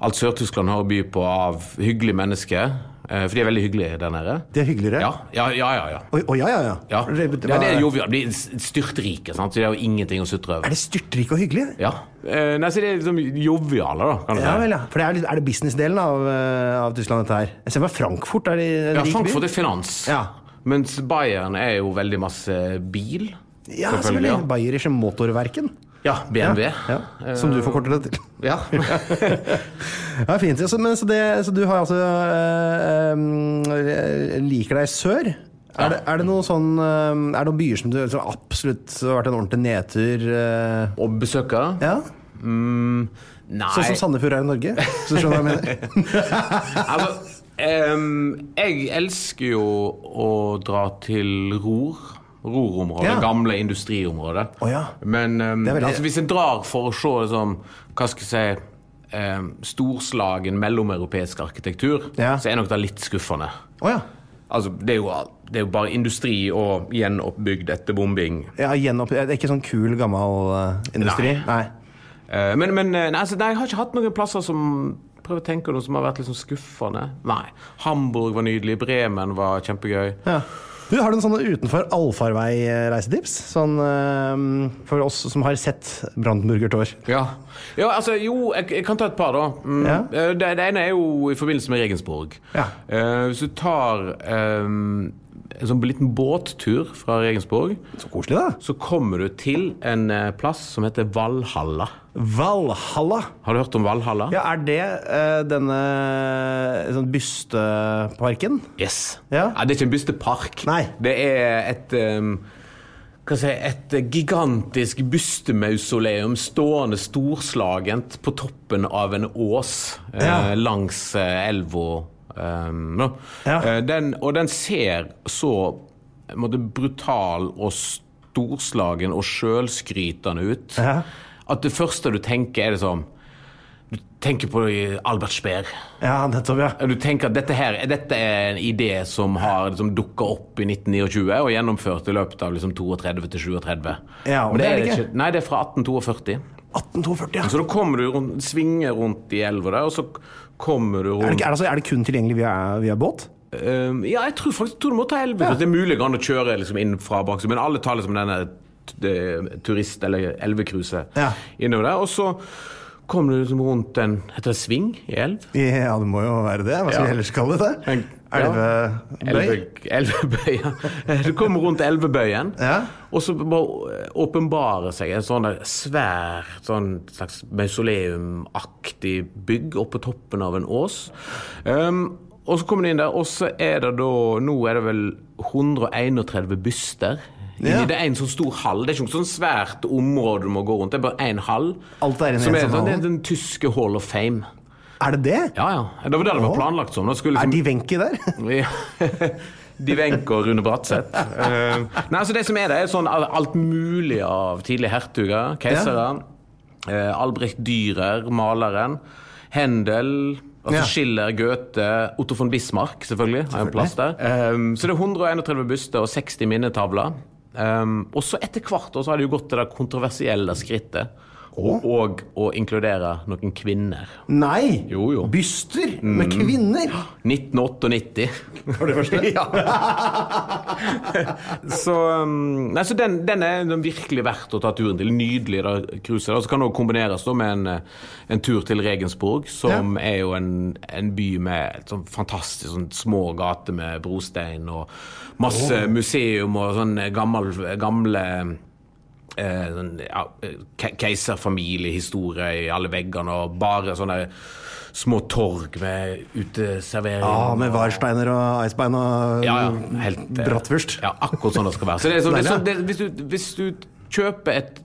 Speaker 2: alt Sør-Tyskland har å by på av hyggelige mennesker. Eh, for de er veldig hyggelige der nede.
Speaker 1: De er hyggeligere?
Speaker 2: Ja, ja, ja. ja, ja.
Speaker 1: Å å, ja, ja, ja.
Speaker 2: Ja,
Speaker 1: Det,
Speaker 2: det,
Speaker 1: det
Speaker 2: ja,
Speaker 1: var,
Speaker 2: det er
Speaker 1: er,
Speaker 2: jovialt. De er styrtrike, sant? så det er jo ingenting å sutre over.
Speaker 1: det styrtrike og hyggelig?
Speaker 2: Ja. Eh, nei, så det er liksom joviale, da. Kan du
Speaker 1: Ja
Speaker 2: si.
Speaker 1: vel, ja. For det er, litt- er det businessdelen av, eh, av Tyskland, dette her? Jeg ser bare Frankfurt er de en
Speaker 2: Ja,
Speaker 1: rik by.
Speaker 2: Frankfurt er finans.
Speaker 1: Ja.
Speaker 2: Mens Bayern er jo veldig masse bil.
Speaker 1: Ja, selvfølgelig.
Speaker 2: ja.
Speaker 1: Bayeriske Motorverken.
Speaker 2: Ja, BMW.
Speaker 1: Ja, som du forkorter det til.
Speaker 2: Ja.
Speaker 1: Ja, fint. Ja, Så, men, så, det, så du har altså eh, eh, Liker deg i sør? Er det, er det noen sånn eh, Er det noen byer som du som absolutt har vært en ordentlig nedtur? eh,
Speaker 2: Og besøker.
Speaker 1: ja?
Speaker 2: Mm, nei
Speaker 1: Sånn som Sandefjord er i Norge? Så skjønner du hva jeg mener?
Speaker 2: altså, em, jeg elsker jo å dra til Ror. Rorområdet.
Speaker 1: Ja.
Speaker 2: Gamle industriområdet.
Speaker 1: Å ja.
Speaker 2: Men em,
Speaker 1: Det er veldig-
Speaker 2: altså, hvis en drar for å se liksom, hva skal jeg si em, storslagen mellomeuropeisk arkitektur,
Speaker 1: Ja.
Speaker 2: så er nok det litt skuffende.
Speaker 1: Å ja.
Speaker 2: Altså, det er jo, det er jo bare industri og gjenoppbygd etter bombing.
Speaker 1: ja gjenopp, det er ikke sånn kul, gammel eh, industri? Nei.
Speaker 2: Eh, Men, men eh, nei, altså, nei, jeg har ikke hatt noen plasser som Prøv å tenke noe som har vært liksom skuffende. Nei. Hamburg var nydelig. Bremen var kjempegøy.
Speaker 1: Ja. Du, Har du noen sånne utenfor allfarvei-reisetips? Sånn eh, for oss som har sett Brandenburger Tor.
Speaker 2: Ja, ja altså, Jo, jeg, jeg kan ta et par, da. Mm,
Speaker 1: Ja.
Speaker 2: eh, Det, det ene er jo i forbindelse med Regensburg.
Speaker 1: Ja.
Speaker 2: Eh, hvis du tar eh, en sånn liten båttur fra Regensburg,
Speaker 1: Så koselig, da.
Speaker 2: så kommer du til en eh, plass som heter Valhalla.
Speaker 1: Valhalla.
Speaker 2: Har du hørt om Valhalla?
Speaker 1: Ja, er det eh, denne sånn bysteparken?
Speaker 2: Yes.
Speaker 1: Ja.
Speaker 2: det er ikke en bystepark.
Speaker 1: Nei.
Speaker 2: Det er et ehm, hva skal jeg si, et gigantisk bustemausoleum stående storslagent på toppen av en ås
Speaker 1: Ja.
Speaker 2: eh, langs eh, elva. ehm, nå.
Speaker 1: Ja.
Speaker 2: Eh, den, og den ser så på en måte, brutal og storslagen og sjølskrytende ut
Speaker 1: Ja.
Speaker 2: at det første du tenker, er liksom Du tenker på Albert Speer.
Speaker 1: Ja, nettopp, ja.
Speaker 2: Du tenker at dette, her, dette er en idé som har liksom, dukka opp i 1929 og gjennomført i løpet av liksom, 32 til 37.
Speaker 1: Ja, og
Speaker 2: Men
Speaker 1: det er det ikke.
Speaker 2: Nei, det er fra 1842.
Speaker 1: 1842, ja.
Speaker 2: Så da kommer du rundt, svinger rundt i elva der, og så kommer du
Speaker 1: Er det,
Speaker 2: rundt
Speaker 1: ikke- er, det, altså- er det kun tilgjengelig via, via båt?
Speaker 2: Ehm, Ja, jeg tror faktisk tror du må ta elva. for Det er mulig å kjøre liksom, inn fra bak, men alle tar liksom denne t- det- turist- eller elvekruset
Speaker 1: Ja.
Speaker 2: innover der. Og så kommer du liksom rundt en Heter det sving i elv?
Speaker 1: Ja, det må jo være det. Hva skal
Speaker 2: Ja.
Speaker 1: vi ellers kalle det?
Speaker 2: Men-
Speaker 1: Elvebøy?
Speaker 2: Elve- Elvebøya. Du kommer rundt Elvebøyen,
Speaker 1: Ja.
Speaker 2: og så bare åpenbarer seg en sånn der svær, sånn slags mausoleumaktig bygg oppå toppen av en ås. Um, og så kommer du inn der, og så er det da Nå er det vel 131 byster. Inni,
Speaker 1: Ja.
Speaker 2: Det er en sånn stor hall. Det er ikke noe sånn svært område du må gå rundt. Det er bare én hall.
Speaker 1: Alt er inne i
Speaker 2: som
Speaker 1: en
Speaker 2: er,
Speaker 1: sånn
Speaker 2: sånn, det
Speaker 1: hall.
Speaker 2: er den tyske Hall of Fame.
Speaker 1: Er det det?
Speaker 2: Ja, ja. Det var det det var planlagt som. Nå skulle
Speaker 1: Er de
Speaker 2: liksom-
Speaker 1: Wenche der?
Speaker 2: ja. De Wenche og Rune Bratseth. Eh, nei, altså det som er det, er sånn al- alt mulig av tidlige hertuger, keisere, eh, Albrecht Dürer, maleren, Händel, altså
Speaker 1: Ja.
Speaker 2: Schiller, Goethe, Otto von Bismarck, selvfølgelig. Har en plass der. Eh, så det er 131 byster og 60 minnetavler. Eh, og så etter hvert år så har det jo gått til det kontroversielle skrittet. Og, og å inkludere noen kvinner.
Speaker 1: Nei!
Speaker 2: Jo, jo.
Speaker 1: Byster med kvinner!
Speaker 2: 1998.
Speaker 1: For det første.
Speaker 2: Så, um, nei, så den, den er den virkelig verdt å ta turen til. Nydelig da, cruise. Og så kan det også kombineres da, med en, eh, en tur til Regensburg, som er jo en, en by med et sånn fantastisk sånn små gater med brostein og masse museum og sånn eh, gammel, gamle eh, sånn, ja, eh, ke- keiserfamiliehistorie i alle veggene, og bare sånne små torg med uteservering.
Speaker 1: Ja, med
Speaker 2: og-
Speaker 1: Warsteiner og Eisbein og
Speaker 2: ja, ja, helt, eh,
Speaker 1: Bratwurst.
Speaker 2: Ja, akkurat sånn det skal være. Så det er sånn, det er
Speaker 1: Deilig,
Speaker 2: sånn, det, hvis, du, hvis du kjøper et,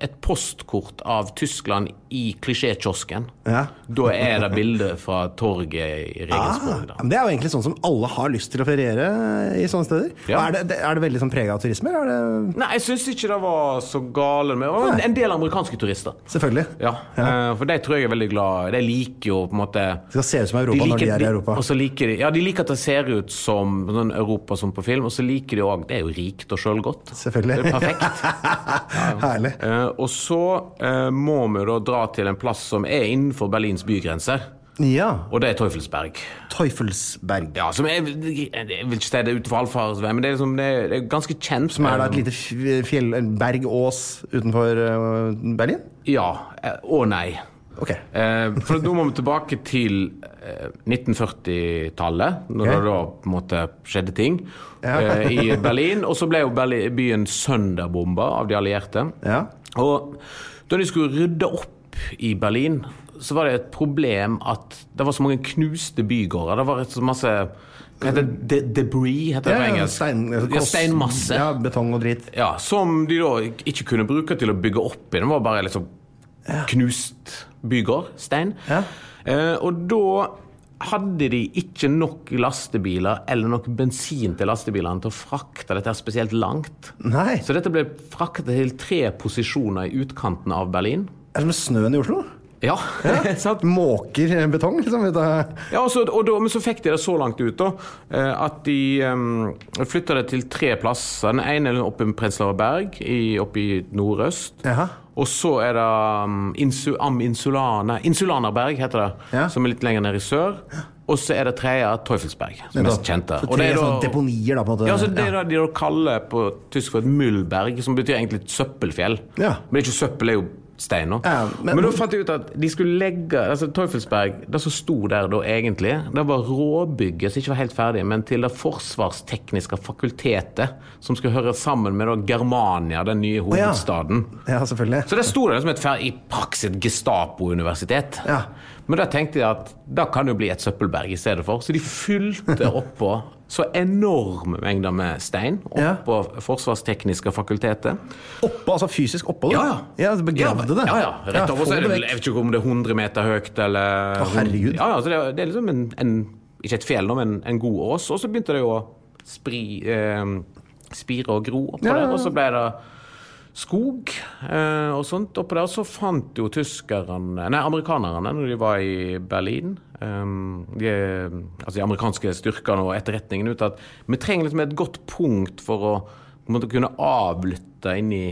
Speaker 2: et postkort av Tyskland i klisjékiosken,
Speaker 1: Ja.
Speaker 2: da er det bilde fra torget i
Speaker 1: Ah,
Speaker 2: Regensburg. da.
Speaker 1: men det er jo egentlig sånn som alle har lyst til å feriere i sånne steder.
Speaker 2: Ja.
Speaker 1: Er, det- det, er det veldig sånn prega av turisme? Eller er det
Speaker 2: Nei, jeg syns ikke det var så gale med det var En del amerikanske turister.
Speaker 1: Selvfølgelig.
Speaker 2: Ja, eh, for de tror jeg er veldig glad De liker jo på en måte
Speaker 1: Det skal se ut som Europa når de er i Europa.
Speaker 2: og så liker de, ja, de liker at det ser ut som sånn Europa som på film, og så liker de òg Det er jo rikt og sjølgodt.
Speaker 1: Selvfølgelig.
Speaker 2: Det er perfekt.
Speaker 1: Herlig.
Speaker 2: Eh, og så eh, må vi jo da dra til en plass som er innenfor Berlins bygrenser,
Speaker 1: Ja.
Speaker 2: og det er Teufelsberg.
Speaker 1: Teufelsberg.
Speaker 2: Ja, som er, jeg vil ikke si det er utenfor allfarvei, men det er, liksom, det er, det er ganske kjent.
Speaker 1: Som er da et lite f- fjell... en bergås utenfor øh, Berlin?
Speaker 2: Ja. eh, Og nei.
Speaker 1: Ok.
Speaker 2: Eh, for nå må vi tilbake til eh, 1940-tallet, når
Speaker 1: Ok.
Speaker 2: det da på en måte skjedde ting eh, i Berlin. Og så ble jo Berli- byen sønderbomba av de allierte.
Speaker 1: Ja.
Speaker 2: Og da de skulle rydde opp i Berlin, så var det et problem at det var så mange knuste bygårder. Det var så masse hva heter det? De debris, heter det på engelsk.
Speaker 1: stein, altså,
Speaker 2: ja,
Speaker 1: koss-
Speaker 2: steinmasse.
Speaker 1: Ja, betong og drit.
Speaker 2: Ja, Som de da ik- ikke kunne bruke til å bygge opp i. Den var bare liksom knust bygård, stein.
Speaker 1: Ja.
Speaker 2: Eh, og da hadde de ikke nok lastebiler eller nok bensin til lastebilene til å frakte dette her spesielt langt.
Speaker 1: Nei.
Speaker 2: Så dette ble fraktet til tre posisjoner i utkanten av Berlin.
Speaker 1: Det er som snøen i Oslo.
Speaker 2: Ja, sant?
Speaker 1: Måker eh, betong, liksom. Vet du.
Speaker 2: Ja, og så, og da, men så fikk de det så langt ut da, eh, at de um, flytta det til tre plasser. Den ene er oppe i Prenzlauer Berg, i, oppe i nordøst.
Speaker 1: Jaha.
Speaker 2: Og så er det um, Insu, Am Insulana, Insulanerberg, heter det,
Speaker 1: Ja.
Speaker 2: som er litt lenger ned i sør. Og så er det tredje Teufelsberg, som er mest kjente.
Speaker 1: Så sånn
Speaker 2: Og det
Speaker 1: tre
Speaker 2: er da-
Speaker 1: sånne deponier, da, på en måte.
Speaker 2: ja, så Det er det de da kaller på tysk for et muldberg, som betyr egentlig et søppelfjell.
Speaker 1: Ja.
Speaker 2: Men det er ikke søppel, det er jo stein. nå.
Speaker 1: Ja, men-
Speaker 2: men, da fant jeg ut at de skulle legge altså Teufelsberg, det som sto der da egentlig, det var råbygget som ikke var helt ferdig, men til det forsvarstekniske fakultetet, som skal høre sammen med da Germania, den nye
Speaker 1: ja.
Speaker 2: hovedstaden.
Speaker 1: Ja, selvfølgelig.
Speaker 2: Så der sto det som et fer i praksis et Gestapo-universitet.
Speaker 1: Ja.
Speaker 2: Men da tenkte jeg at da kan det jo bli et søppelberg i stedet for. Så de fylte oppå så enorme mengder med stein
Speaker 1: Ja.
Speaker 2: oppå Forsvarstekniske fakultetet.
Speaker 1: Oppå, altså fysisk oppå det?
Speaker 2: Ja, ja.
Speaker 1: ja det begravde det?
Speaker 2: Ja, ja. Rett over
Speaker 1: få
Speaker 2: så er det
Speaker 1: det
Speaker 2: vel, jeg
Speaker 1: vekk.
Speaker 2: vet ikke om det er 100 meter høyt eller
Speaker 1: Å, herregud.
Speaker 2: Ja, ja, så det, er- det er liksom en, en Ikke et fjell nå, men en god ås. Og så begynte det jo å spri, eh, spire og gro oppå
Speaker 1: Ja, ja, ja.
Speaker 2: der. Og så ble det skog eh, og sånt oppå der. Så fant jo tyskerne Nei, amerikanerne, når de var i Berlin eh, de, Altså de amerikanske styrkene og etterretningen ut at vi trenger liksom et godt punkt for å på en måte kunne avlytte inn i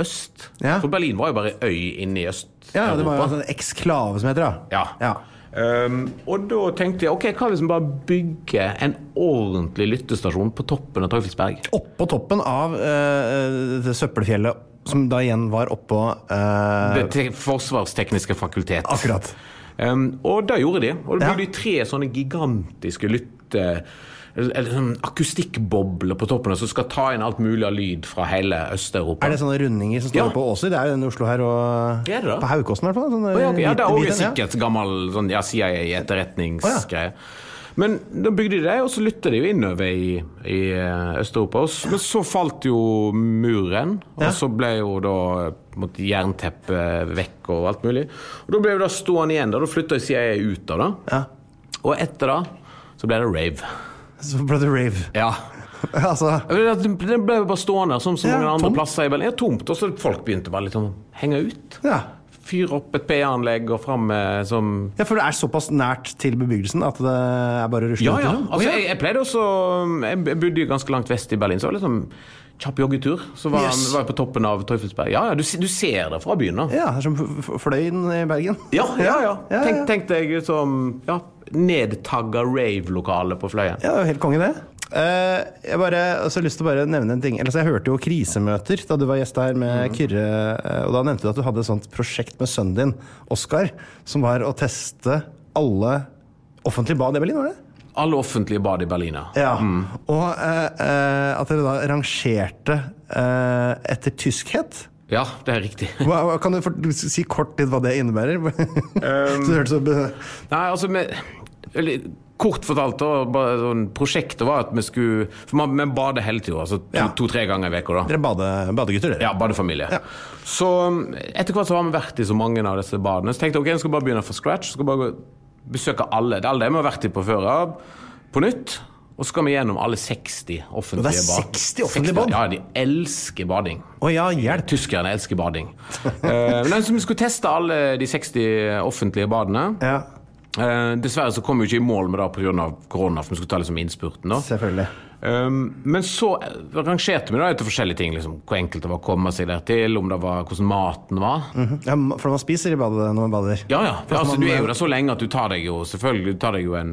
Speaker 2: øst.
Speaker 1: Ja.
Speaker 2: For Berlin var jo bare ei øy inne i Øst-Europa.
Speaker 1: Ja, det var jo en sånn eksklave som heter det.
Speaker 2: Ja. Um, og da tenkte jeg ok, hva hvis vi bare bygger en ordentlig lyttestasjon på toppen av Teufelsberg?
Speaker 1: Oppå toppen av eh, det søppelfjellet, som da igjen var oppå eh,
Speaker 2: Det til Forsvarstekniske fakultet.
Speaker 1: Akkurat.
Speaker 2: Um, og det gjorde de. Og det
Speaker 1: Ja.
Speaker 2: bygde de tre sånne gigantiske lytte... Eller sånn akustikkbobler på toppen som skal ta inn alt mulig av lyd fra hele Øst-Europa.
Speaker 1: Er det sånne rundinger som står
Speaker 2: Ja.
Speaker 1: oppe på Åser? Det er jo den i Oslo her og
Speaker 2: Det er det da.
Speaker 1: På Haukåsen i hvert fall. Sånn,
Speaker 2: Å, ja, ok. ja, det er
Speaker 1: hvit-
Speaker 2: også
Speaker 1: hvit en, ja.
Speaker 2: sikkert gammel sånn, ja, CIA-etterretningsgreie. Men da bygde de det, og så lytta de jo innover i, i eh, Øst-Europa. og s- Men så falt jo muren, og så ble jo da eh, på en måte, jernteppet vekk og alt mulig. Og da ble jo det stående igjen. Da, da flytta CIA ut av det. Og etter det så ble det rave.
Speaker 1: Så ble det rave.
Speaker 2: Ja.
Speaker 1: altså,
Speaker 2: Det ble jo bare stående sånn som så
Speaker 1: Ja,
Speaker 2: mange andre
Speaker 1: tomt.
Speaker 2: plasser i Berlin. Ja, tomt. Og så folk begynte bare litt sånn å henge ut.
Speaker 1: ja.
Speaker 2: Fyre opp et PA-anlegg og fram med som
Speaker 1: ja, for det er såpass nært til bebyggelsen at det er bare å rusle
Speaker 2: Ja,
Speaker 1: ut.
Speaker 2: ja.
Speaker 1: liksom.
Speaker 2: Altså,
Speaker 1: Å,
Speaker 2: jeg, jeg pleide også um, Jeg jeg bodde jo ganske langt vest i Berlin, så det var liksom kjapp joggetur. Så var,
Speaker 1: Yes.
Speaker 2: var jeg på toppen av Teufelsberg. Ja, ja, du, se- du ser det fra byen, da.
Speaker 1: ja. det er som f- f- Fløyen i Bergen.
Speaker 2: Ja, ja, ja.
Speaker 1: ja,
Speaker 2: Tenk,
Speaker 1: ja.
Speaker 2: tenk deg liksom ja, nedtagga rave-lokale på Fløyen.
Speaker 1: Ja, det er jo helt konge, det. Eh, jeg bare, altså, jeg har lyst til å bare nevne en ting. Altså, jeg hørte jo krisemøter da du var gjest her med
Speaker 2: Mm.
Speaker 1: Kyrre. eh, Og da nevnte du at du hadde et sånt prosjekt med sønnen din, Oskar, som var å teste alle offentlige bad i Berlin, var det? Mm.
Speaker 2: Alle offentlige bad i Berlin, ja. Mm.
Speaker 1: Ja. Og eh, eh, at dere da rangerte eh, etter tyskhet.
Speaker 2: Ja, det er riktig.
Speaker 1: Hva, hva- kan du for, si kort litt hva det innebærer?
Speaker 2: Um,
Speaker 1: så det hørtes så be-
Speaker 2: Nei, altså vi, eller, Kort fortalt, da, bare sånn, prosjektet var at vi skulle For man- vi bader hele tida. Altså,
Speaker 1: Ja.
Speaker 2: To-tre ganger i uka. da.
Speaker 1: Dere er bade, badegutter, dere?
Speaker 2: Ja, badefamilie. Så um, etter hvert så har vi vært i så mange av disse badene. Så tenkte jeg ok, jeg skal bare begynne fra scratch. Skal bare gå, besøke alle. Det er alle dem vi har vært i på før av. På nytt. Og så skal vi gjennom alle 60 offentlige
Speaker 1: Og det er 60 offentlige
Speaker 2: 60,
Speaker 1: bad?
Speaker 2: Ja, de elsker bading.
Speaker 1: Å ja, hjelp!
Speaker 2: Tyskerne elsker bading. Eh, men så vi skulle teste alle de 60 offentlige badene.
Speaker 1: Ja,
Speaker 2: Eh, dessverre så kom vi ikke i mål med det pga. korona, for vi skulle ta liksom innspurten. da.
Speaker 1: selvfølgelig.
Speaker 2: Um, men så eh, rangerte vi da etter forskjellige ting. Liksom, hvor enkelt det var å komme seg der til, om det var hvordan maten var.
Speaker 1: Mhm. Ja, ma- for man spiser i badet når man bader.
Speaker 2: Ja, ja.
Speaker 1: at
Speaker 2: Altså,
Speaker 1: man-
Speaker 2: du er jo der så lenge at du tar deg jo selvfølgelig du tar deg jo en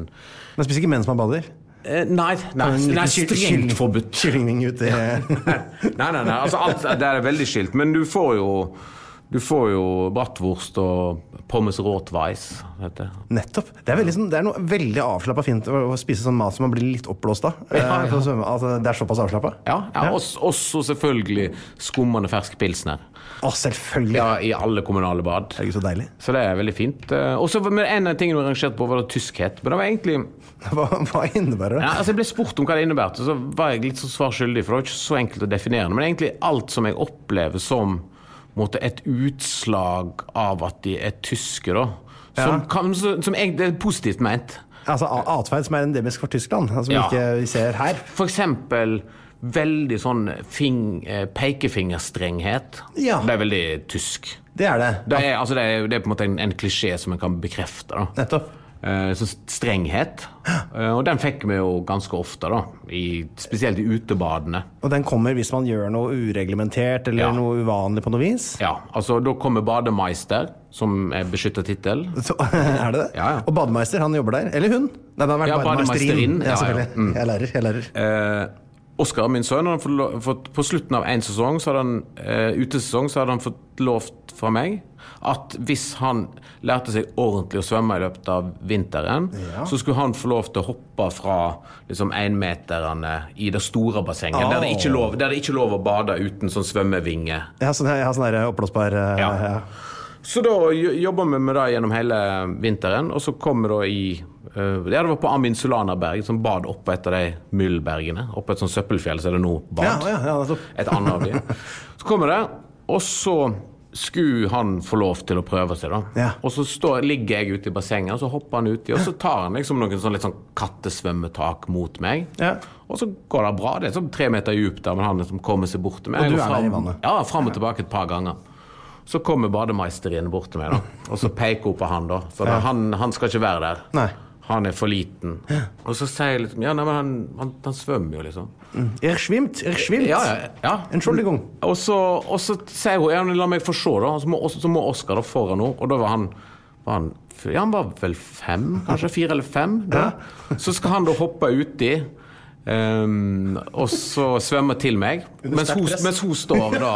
Speaker 1: Man spiser ikke mens man bader.
Speaker 2: eh, Nei, nei,
Speaker 1: En liten
Speaker 2: nei
Speaker 1: kyll- kyll-
Speaker 2: strengt forbudt.
Speaker 1: Kyllingving ut i
Speaker 2: Nei, nei, nei. Altså, alt det er veldig skilt. Men du får jo du får jo bratwurst og pommes rotweiss. heter det.
Speaker 1: Nettopp. Det er, veldig, sånn, det er noe veldig avslappa fint å å spise sånn mat som man blir litt oppblåst av. eh,
Speaker 2: Ja, ja.
Speaker 1: på svømme- Altså, det er såpass avslappa?
Speaker 2: Ja, ja, også, også selvfølgelig skummende fersk pilsner.
Speaker 1: Å, selvfølgelig!
Speaker 2: Ja, I alle kommunale bad.
Speaker 1: Herregud, så deilig.
Speaker 2: Så det er veldig fint. Eh, Og så var- men En av tingene vi rangerte på, var da tyskhet. Men det var egentlig
Speaker 1: Hva, hva innebærer det?
Speaker 2: ja, altså Jeg ble spurt om hva det innebærte, så var jeg litt så svar skyldig, for det var ikke så enkelt å definere. det. Men egentlig alt som jeg opplever som på en måte, et utslag av at de er tyske, da. Som, kan, så- som jeg, det er positivt ment.
Speaker 1: Altså a- atferd som er endemisk for Tyskland, altså, som
Speaker 2: Ja.
Speaker 1: ikke vi ser her.
Speaker 2: For eksempel veldig sånn fing, eh, pekefingerstrenghet.
Speaker 1: Ja.
Speaker 2: Det er veldig tysk.
Speaker 1: Det er det.
Speaker 2: Det er, altså, det er, det er på en måte en, en klisjé som en kan bekrefte. da.
Speaker 1: Nettopp.
Speaker 2: Eh, Så strenghet. Eh, Og den fikk vi jo ganske ofte, da. I, spesielt i utebadene.
Speaker 1: Og den kommer hvis man gjør noe ureglementert eller
Speaker 2: Ja.
Speaker 1: noe uvanlig på noe vis.
Speaker 2: Ja, altså Da kommer bademeister, som er beskytta tittel.
Speaker 1: Så, er det det?
Speaker 2: Ja, ja.
Speaker 1: Og bademeister, han jobber der. Eller hun. Nei, det har vært
Speaker 2: Ja,
Speaker 1: bademeisterin.
Speaker 2: bademeisterin.
Speaker 1: Ja,
Speaker 2: Ja, ja.
Speaker 1: selvfølgelig. Jeg lærer. jeg lærer.
Speaker 2: Eh, Oskar, min sønn, han har fått lo- fått, på slutten av én sesong, så hadde han, eh, utesesong, så hadde han fått lovt fra meg at hvis han lærte seg ordentlig å svømme i løpet av vinteren, så skulle han få lov til å hoppe fra liksom énmeterne i det store bassenget, der, det ikke er lov, der det ikke er lov å bade uten sånn svømmevinge.
Speaker 1: Jeg har sånn, jeg har sånn der oppblåsbar eh,
Speaker 2: Ja.
Speaker 1: ja.
Speaker 2: Så da jo- jobber vi med det gjennom hele vinteren, og så kommer det i eh, Ja, det var på Amin Sulanerberg, som bad oppå et av de myllbergene. Oppå et sånt søppelfjell, så er det nå bad.
Speaker 1: Ja, ja, ja, altså. nettopp.
Speaker 2: Et annet av de. Så kommer det, og så skulle han få lov til å prøve seg, da.
Speaker 1: Ja.
Speaker 2: Og så står, ligger jeg ute i bassenget, og så hopper han uti, og så tar han liksom noen sånn litt sånn kattesvømmetak mot meg.
Speaker 1: Ja.
Speaker 2: Og så går det bra. Det er sånn tre meter djupt der, men han liksom kommer seg bort til meg.
Speaker 1: Og du
Speaker 2: Jeg går
Speaker 1: er der i vannet?
Speaker 2: Ja, fram og tilbake et par ganger. Så kommer bademeisteren bort til meg, da. Og så peker hun på han, da. For da, han, han skal ikke være der.
Speaker 1: Nei.
Speaker 2: Han er for liten. Og så sier jeg liksom Ja, nei, men han, han, han svømmer jo, liksom.
Speaker 1: Er schwimmt, er schwimmt.
Speaker 2: Ja, ja, ja.
Speaker 1: Entschuldigung.
Speaker 2: Og så, og så sier hun Ja, men la meg få se, da. Og Så må, og så må Oskar da foran henne, og da var han var han, ja, han var vel fem, kanskje fire eller fem. Da. Så skal han da hoppe uti, um, og så svømme til meg. Mens hun, mens hun står da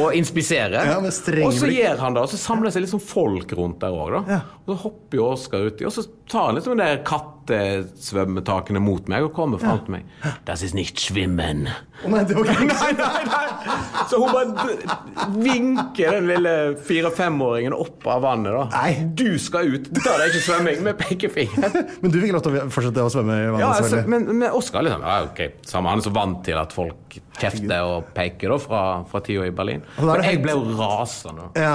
Speaker 2: og inspiserer.
Speaker 1: Ja, med strenge
Speaker 2: og så
Speaker 1: blikk.
Speaker 2: gjør han det, og så samler det seg litt sånn folk rundt der òg. da. Og så hopper jo Oskar uti, og så tar han liksom de der kattesvømmetakene mot meg og kommer fram til meg. Das ist nicht schwimmen.
Speaker 1: Å nei, det var ikke
Speaker 2: Nei, nei, nei! Så hun bare d- vinker den lille fire-femåringen opp av vannet. da.
Speaker 1: Nei.
Speaker 2: Du skal ut! Da er det ikke svømming med pekefingeren.
Speaker 1: Men du fikk lov til å fortsette å svømme i vannet?
Speaker 2: Ja, altså,
Speaker 1: selvfølgelig.
Speaker 2: men men Oskar liksom, ja, ok, samme han er så vant til at folk kjefter og peker da, fra, fra tida i Berlin.
Speaker 1: Og da er
Speaker 2: Men
Speaker 1: det
Speaker 2: jeg
Speaker 1: helt-
Speaker 2: ble jo rasende.
Speaker 1: ja.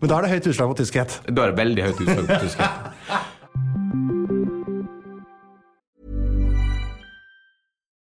Speaker 1: men da er det høyt utslag på tyskhet.
Speaker 2: Da er det veldig høyt utslag på tysk.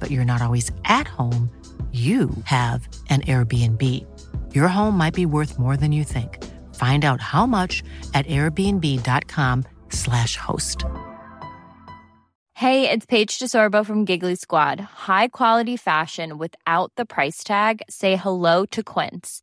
Speaker 3: but you're not always at home, you have an Airbnb. Your home might be worth more than you think. Find out how much at airbnb.com/slash host.
Speaker 4: Hey, it's Paige DeSorbo from Giggly Squad. High quality fashion without the price tag. Say hello to Quince.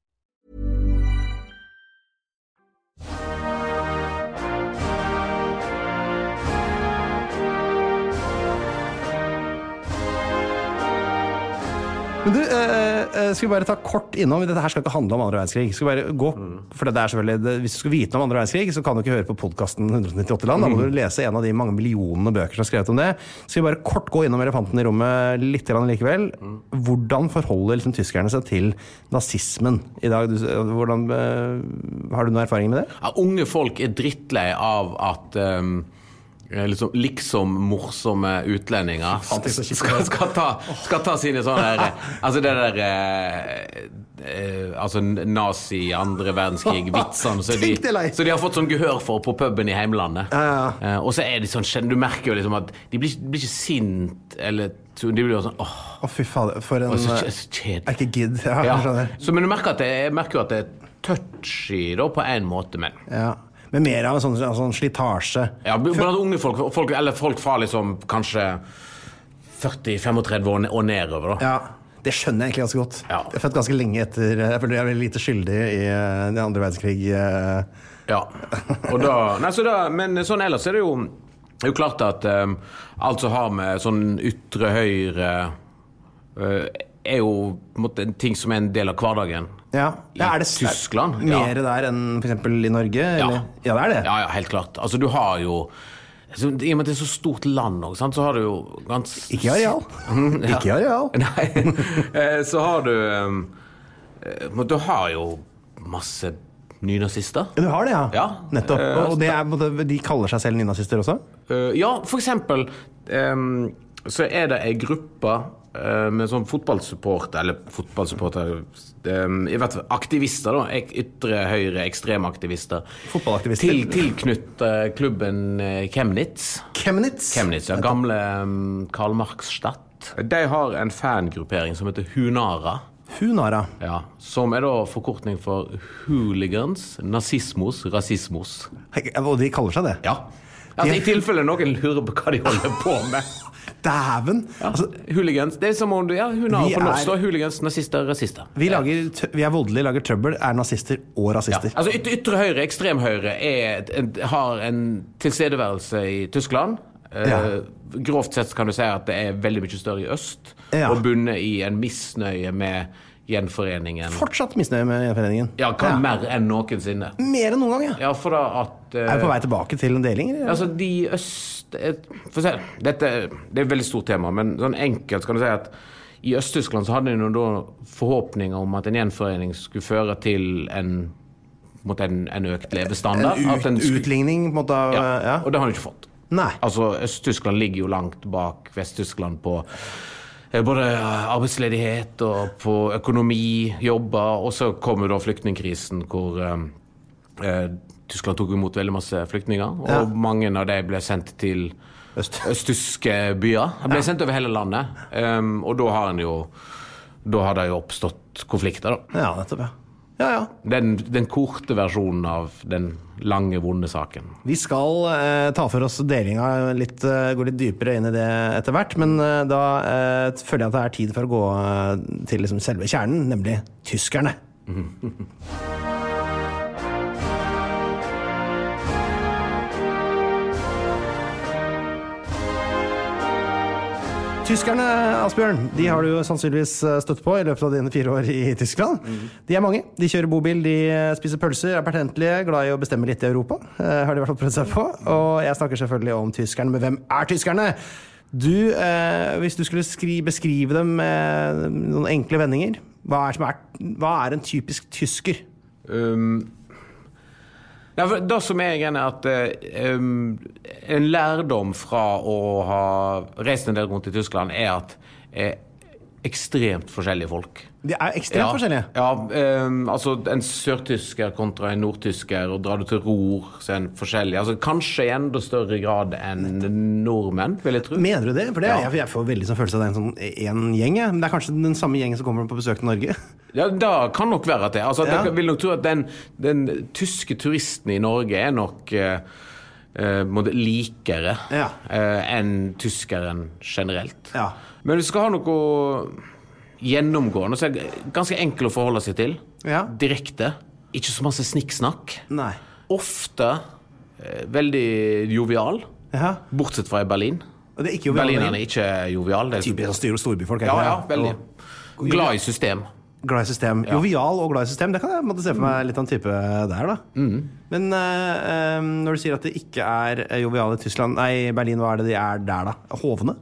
Speaker 1: Men du, eh, eh, skal vi bare ta kort innom Dette her skal ikke handle om andre verdenskrig. Skal vi bare gå, for det er selvfølgelig det- Hvis du skal vite om andre verdenskrig, så kan du ikke høre på podkasten 198 land. Da må du lese en av de mange millionene bøker som er skrevet om det. Skal vi bare kort gå innom elefanten i rommet litt grann likevel? Hvordan forholder liksom tyskerne seg til nazismen i dag? Du, hvordan, eh, har du noen erfaring med det?
Speaker 2: Ja, unge folk er drittlei av at ehm, Liksom, liksom morsomme utlendinger
Speaker 1: det er så kjipt.
Speaker 2: skal, skal, ta, skal ta sine sånne der, Altså det der eh, eh, Altså nazi andre verdenskrig-vitsene som, de-
Speaker 1: Tenk det, Leif.
Speaker 2: som de har fått sånn gehør for på puben i heimlandet. Eh, og så er de sånn skjønn- Du merker jo liksom at de blir, ikke- blir ikke sint eller De blir jo sånn åh,
Speaker 1: Å, fy fader, for en
Speaker 2: så,
Speaker 1: eh,
Speaker 2: kj- så kjedelig.
Speaker 1: Er ikke gidd. Ja, jeg
Speaker 2: Ja.
Speaker 1: skjønner.
Speaker 2: Så, men du merker at det, jeg merker jo at det er touchy da, på en måte, men
Speaker 1: Ja. Men mer av en sånn, sånn slitasje.
Speaker 2: ja, b- Blant unge folk, folk, eller folk fra liksom kanskje 40-35 år og nedover, da.
Speaker 1: Ja, det skjønner jeg egentlig ganske godt.
Speaker 2: Ja.
Speaker 1: Jeg er født ganske lenge etter eh, Jeg føler jeg er veldig lite skyldig i eh, den andre verdenskrig. eh.
Speaker 2: Ja. Og da, nei, så da, men sånn ellers er det jo det er jo klart at eh, alt som har med sånn ytre høyre eh, Er jo på en måte en ting som er en del av hverdagen.
Speaker 1: Ja.
Speaker 2: I
Speaker 1: ja, er det
Speaker 2: Tyskland,
Speaker 1: er det
Speaker 2: ja.
Speaker 1: Mer der enn f.eks. i Norge? Eller? ja, det er det.
Speaker 2: Ja, ja, helt klart. Altså, du har jo altså, I og med at det er så stort land òg, så har du jo ganske
Speaker 1: Ikke i areal. Ikke i areal.
Speaker 2: Nei, eh, så har du eh, men Du har jo masse nynazister.
Speaker 1: Du har det, ja.
Speaker 2: Ja.
Speaker 1: Nettopp.
Speaker 2: Eh,
Speaker 1: Og, og det er, på en måte- de kaller seg selv nynazister også?
Speaker 2: Eh, ja, for eksempel ehm, så er det ei gruppe eh, med sånn fotballsupport Eller fotballsupporter ehm, I hvert fall aktivister, da. ek- Ytre høyre ekstreme aktivister.
Speaker 1: Fotballaktivister.
Speaker 2: Til, tilknytt eh, klubben eh, Chemnitz.
Speaker 1: Chemnitz.
Speaker 2: Chemnitz, ja. Gamle um, Karl Marx-stadt. De har en fangruppering som heter Hunara.
Speaker 1: Hunara.
Speaker 2: Ja, Som er da forkortning for hooligans, nazismos, rasismos.
Speaker 1: Og de kaller seg det?
Speaker 2: Ja. Altså, I tilfelle noen lurer på hva de holder på med.
Speaker 1: Dæven! Altså,
Speaker 2: Hooligans. Det er som om du Ja, hun har
Speaker 1: Vi
Speaker 2: på norsk.
Speaker 1: er-
Speaker 2: da, Hooligans, nazister, rasister.
Speaker 1: vi, lager, tø- vi er voldelige, lager trøbbel, er nazister og
Speaker 2: Ja.
Speaker 1: rasister.
Speaker 2: Altså yt Ytre høyre, ekstrem høyre, er, et- en, har en tilstedeværelse i Tyskland. Eh,
Speaker 1: Ja.
Speaker 2: Grovt sett kan du si at det er veldig mye større i øst,
Speaker 1: Ja.
Speaker 2: og bunnet i en misnøye med gjenforeningen.
Speaker 1: Fortsatt misnøye med foreningen.
Speaker 2: Ja, hva mer enn noensinne.
Speaker 1: Mer enn noen gang, ja.
Speaker 2: Ja, for da at eh,
Speaker 1: Er vi på vei tilbake til en deling? eller?
Speaker 2: Altså, de øst... eh, For å si, dette det er et veldig stort tema, men sånn enkelt kan du si at i Øst-Tyskland så hadde de noen da forhåpninger om at en gjenforening skulle føre til en, mot en, en økt levestandard.
Speaker 1: En
Speaker 2: at
Speaker 1: ut,
Speaker 2: den skulle-
Speaker 1: utligning på en måte av
Speaker 2: ja,
Speaker 1: ja.
Speaker 2: Og det har de ikke fått.
Speaker 1: Nei.
Speaker 2: Altså, Øst-Tyskland ligger jo langt bak Vest-Tyskland på eh, både arbeidsledighet og på økonomi, jobber, og så kom jo da flyktningkrisen hvor eh, eh, Tyskland tok imot veldig masse flyktninger, og
Speaker 1: Ja.
Speaker 2: mange av de ble sendt til
Speaker 1: Øst.
Speaker 2: østtyske byer. De ble sendt over hele landet, em, og da har en jo da har det jo oppstått konflikter, da.
Speaker 1: Ja, nettopp, ja. Ja, ja.
Speaker 2: Den, den korte versjonen av den lange, vonde saken.
Speaker 1: Vi skal eh, ta for oss delinga litt, eh, gå litt dypere inn i det etter hvert. Men eh, da eh, føler jeg at det er tid for å gå eh, til liksom, selve kjernen, nemlig tyskerne. Tyskerne, Asbjørn, de har du jo sannsynligvis eh, støtt på i løpet av dine fire år i Tyskland. De er mange. De kjører bobil, de eh, spiser pølser, er pertentlige, glad i å bestemme litt i Europa. eh, Har de i hvert fall prøvd seg på. Og jeg snakker selvfølgelig om tyskerne, men hvem er tyskerne? Du, eh, hvis du skulle skri beskrive dem med noen enkle vendinger, hva er, som er, hva er en typisk tysker?
Speaker 2: Um, ja, for det som er greia, er at eh, um, en lærdom fra å ha reist en del rundt i Tyskland, er at eh, ekstremt forskjellige folk.
Speaker 1: De er ekstremt forskjellige.
Speaker 2: Ja, ehm, altså En sørtysker kontra en nordtysker, og drar du til Ror, så er en forskjellig. Altså, kanskje i enda større grad enn nordmenn, vil jeg tro.
Speaker 1: Mener du det? For det er,
Speaker 2: Ja.
Speaker 1: jeg, jeg får veldig sånn følelse av det er en sånn én gjeng. jeg. Men det er kanskje den samme gjengen som kommer på besøk til Norge.
Speaker 2: Ja, det kan nok være at det. Altså,
Speaker 1: Ja.
Speaker 2: Jeg vil nok tro at den, den tyske turisten i Norge er nok eh, eh, på en måte likere
Speaker 1: Ja.
Speaker 2: eh, enn tyskeren generelt.
Speaker 1: Ja.
Speaker 2: Men hvis du skal ha noe gjennomgående, så er det ganske enkel å forholde seg til.
Speaker 1: Ja.
Speaker 2: Direkte. Ikke så masse snikksnakk.
Speaker 1: Nei.
Speaker 2: Ofte eh, veldig jovial.
Speaker 1: Ja.
Speaker 2: Bortsett fra i Berlin.
Speaker 1: Og det er ikke jo
Speaker 2: Berlinerne er ikke joviale. det er-
Speaker 1: Typisk sånn styr- og storbyfolk. er
Speaker 2: Ja,
Speaker 1: ikke
Speaker 2: ja,
Speaker 1: det?
Speaker 2: veldig. Glad i system.
Speaker 1: Og glad i system. Jovial og glad i system. Det kan jeg måtte se for meg litt av en type der, da.
Speaker 2: Mm.
Speaker 1: Men eh, eh, når du sier at det ikke er eh, joviale i Tyskland Nei, Berlin, hva er det de er der, da? Hovne?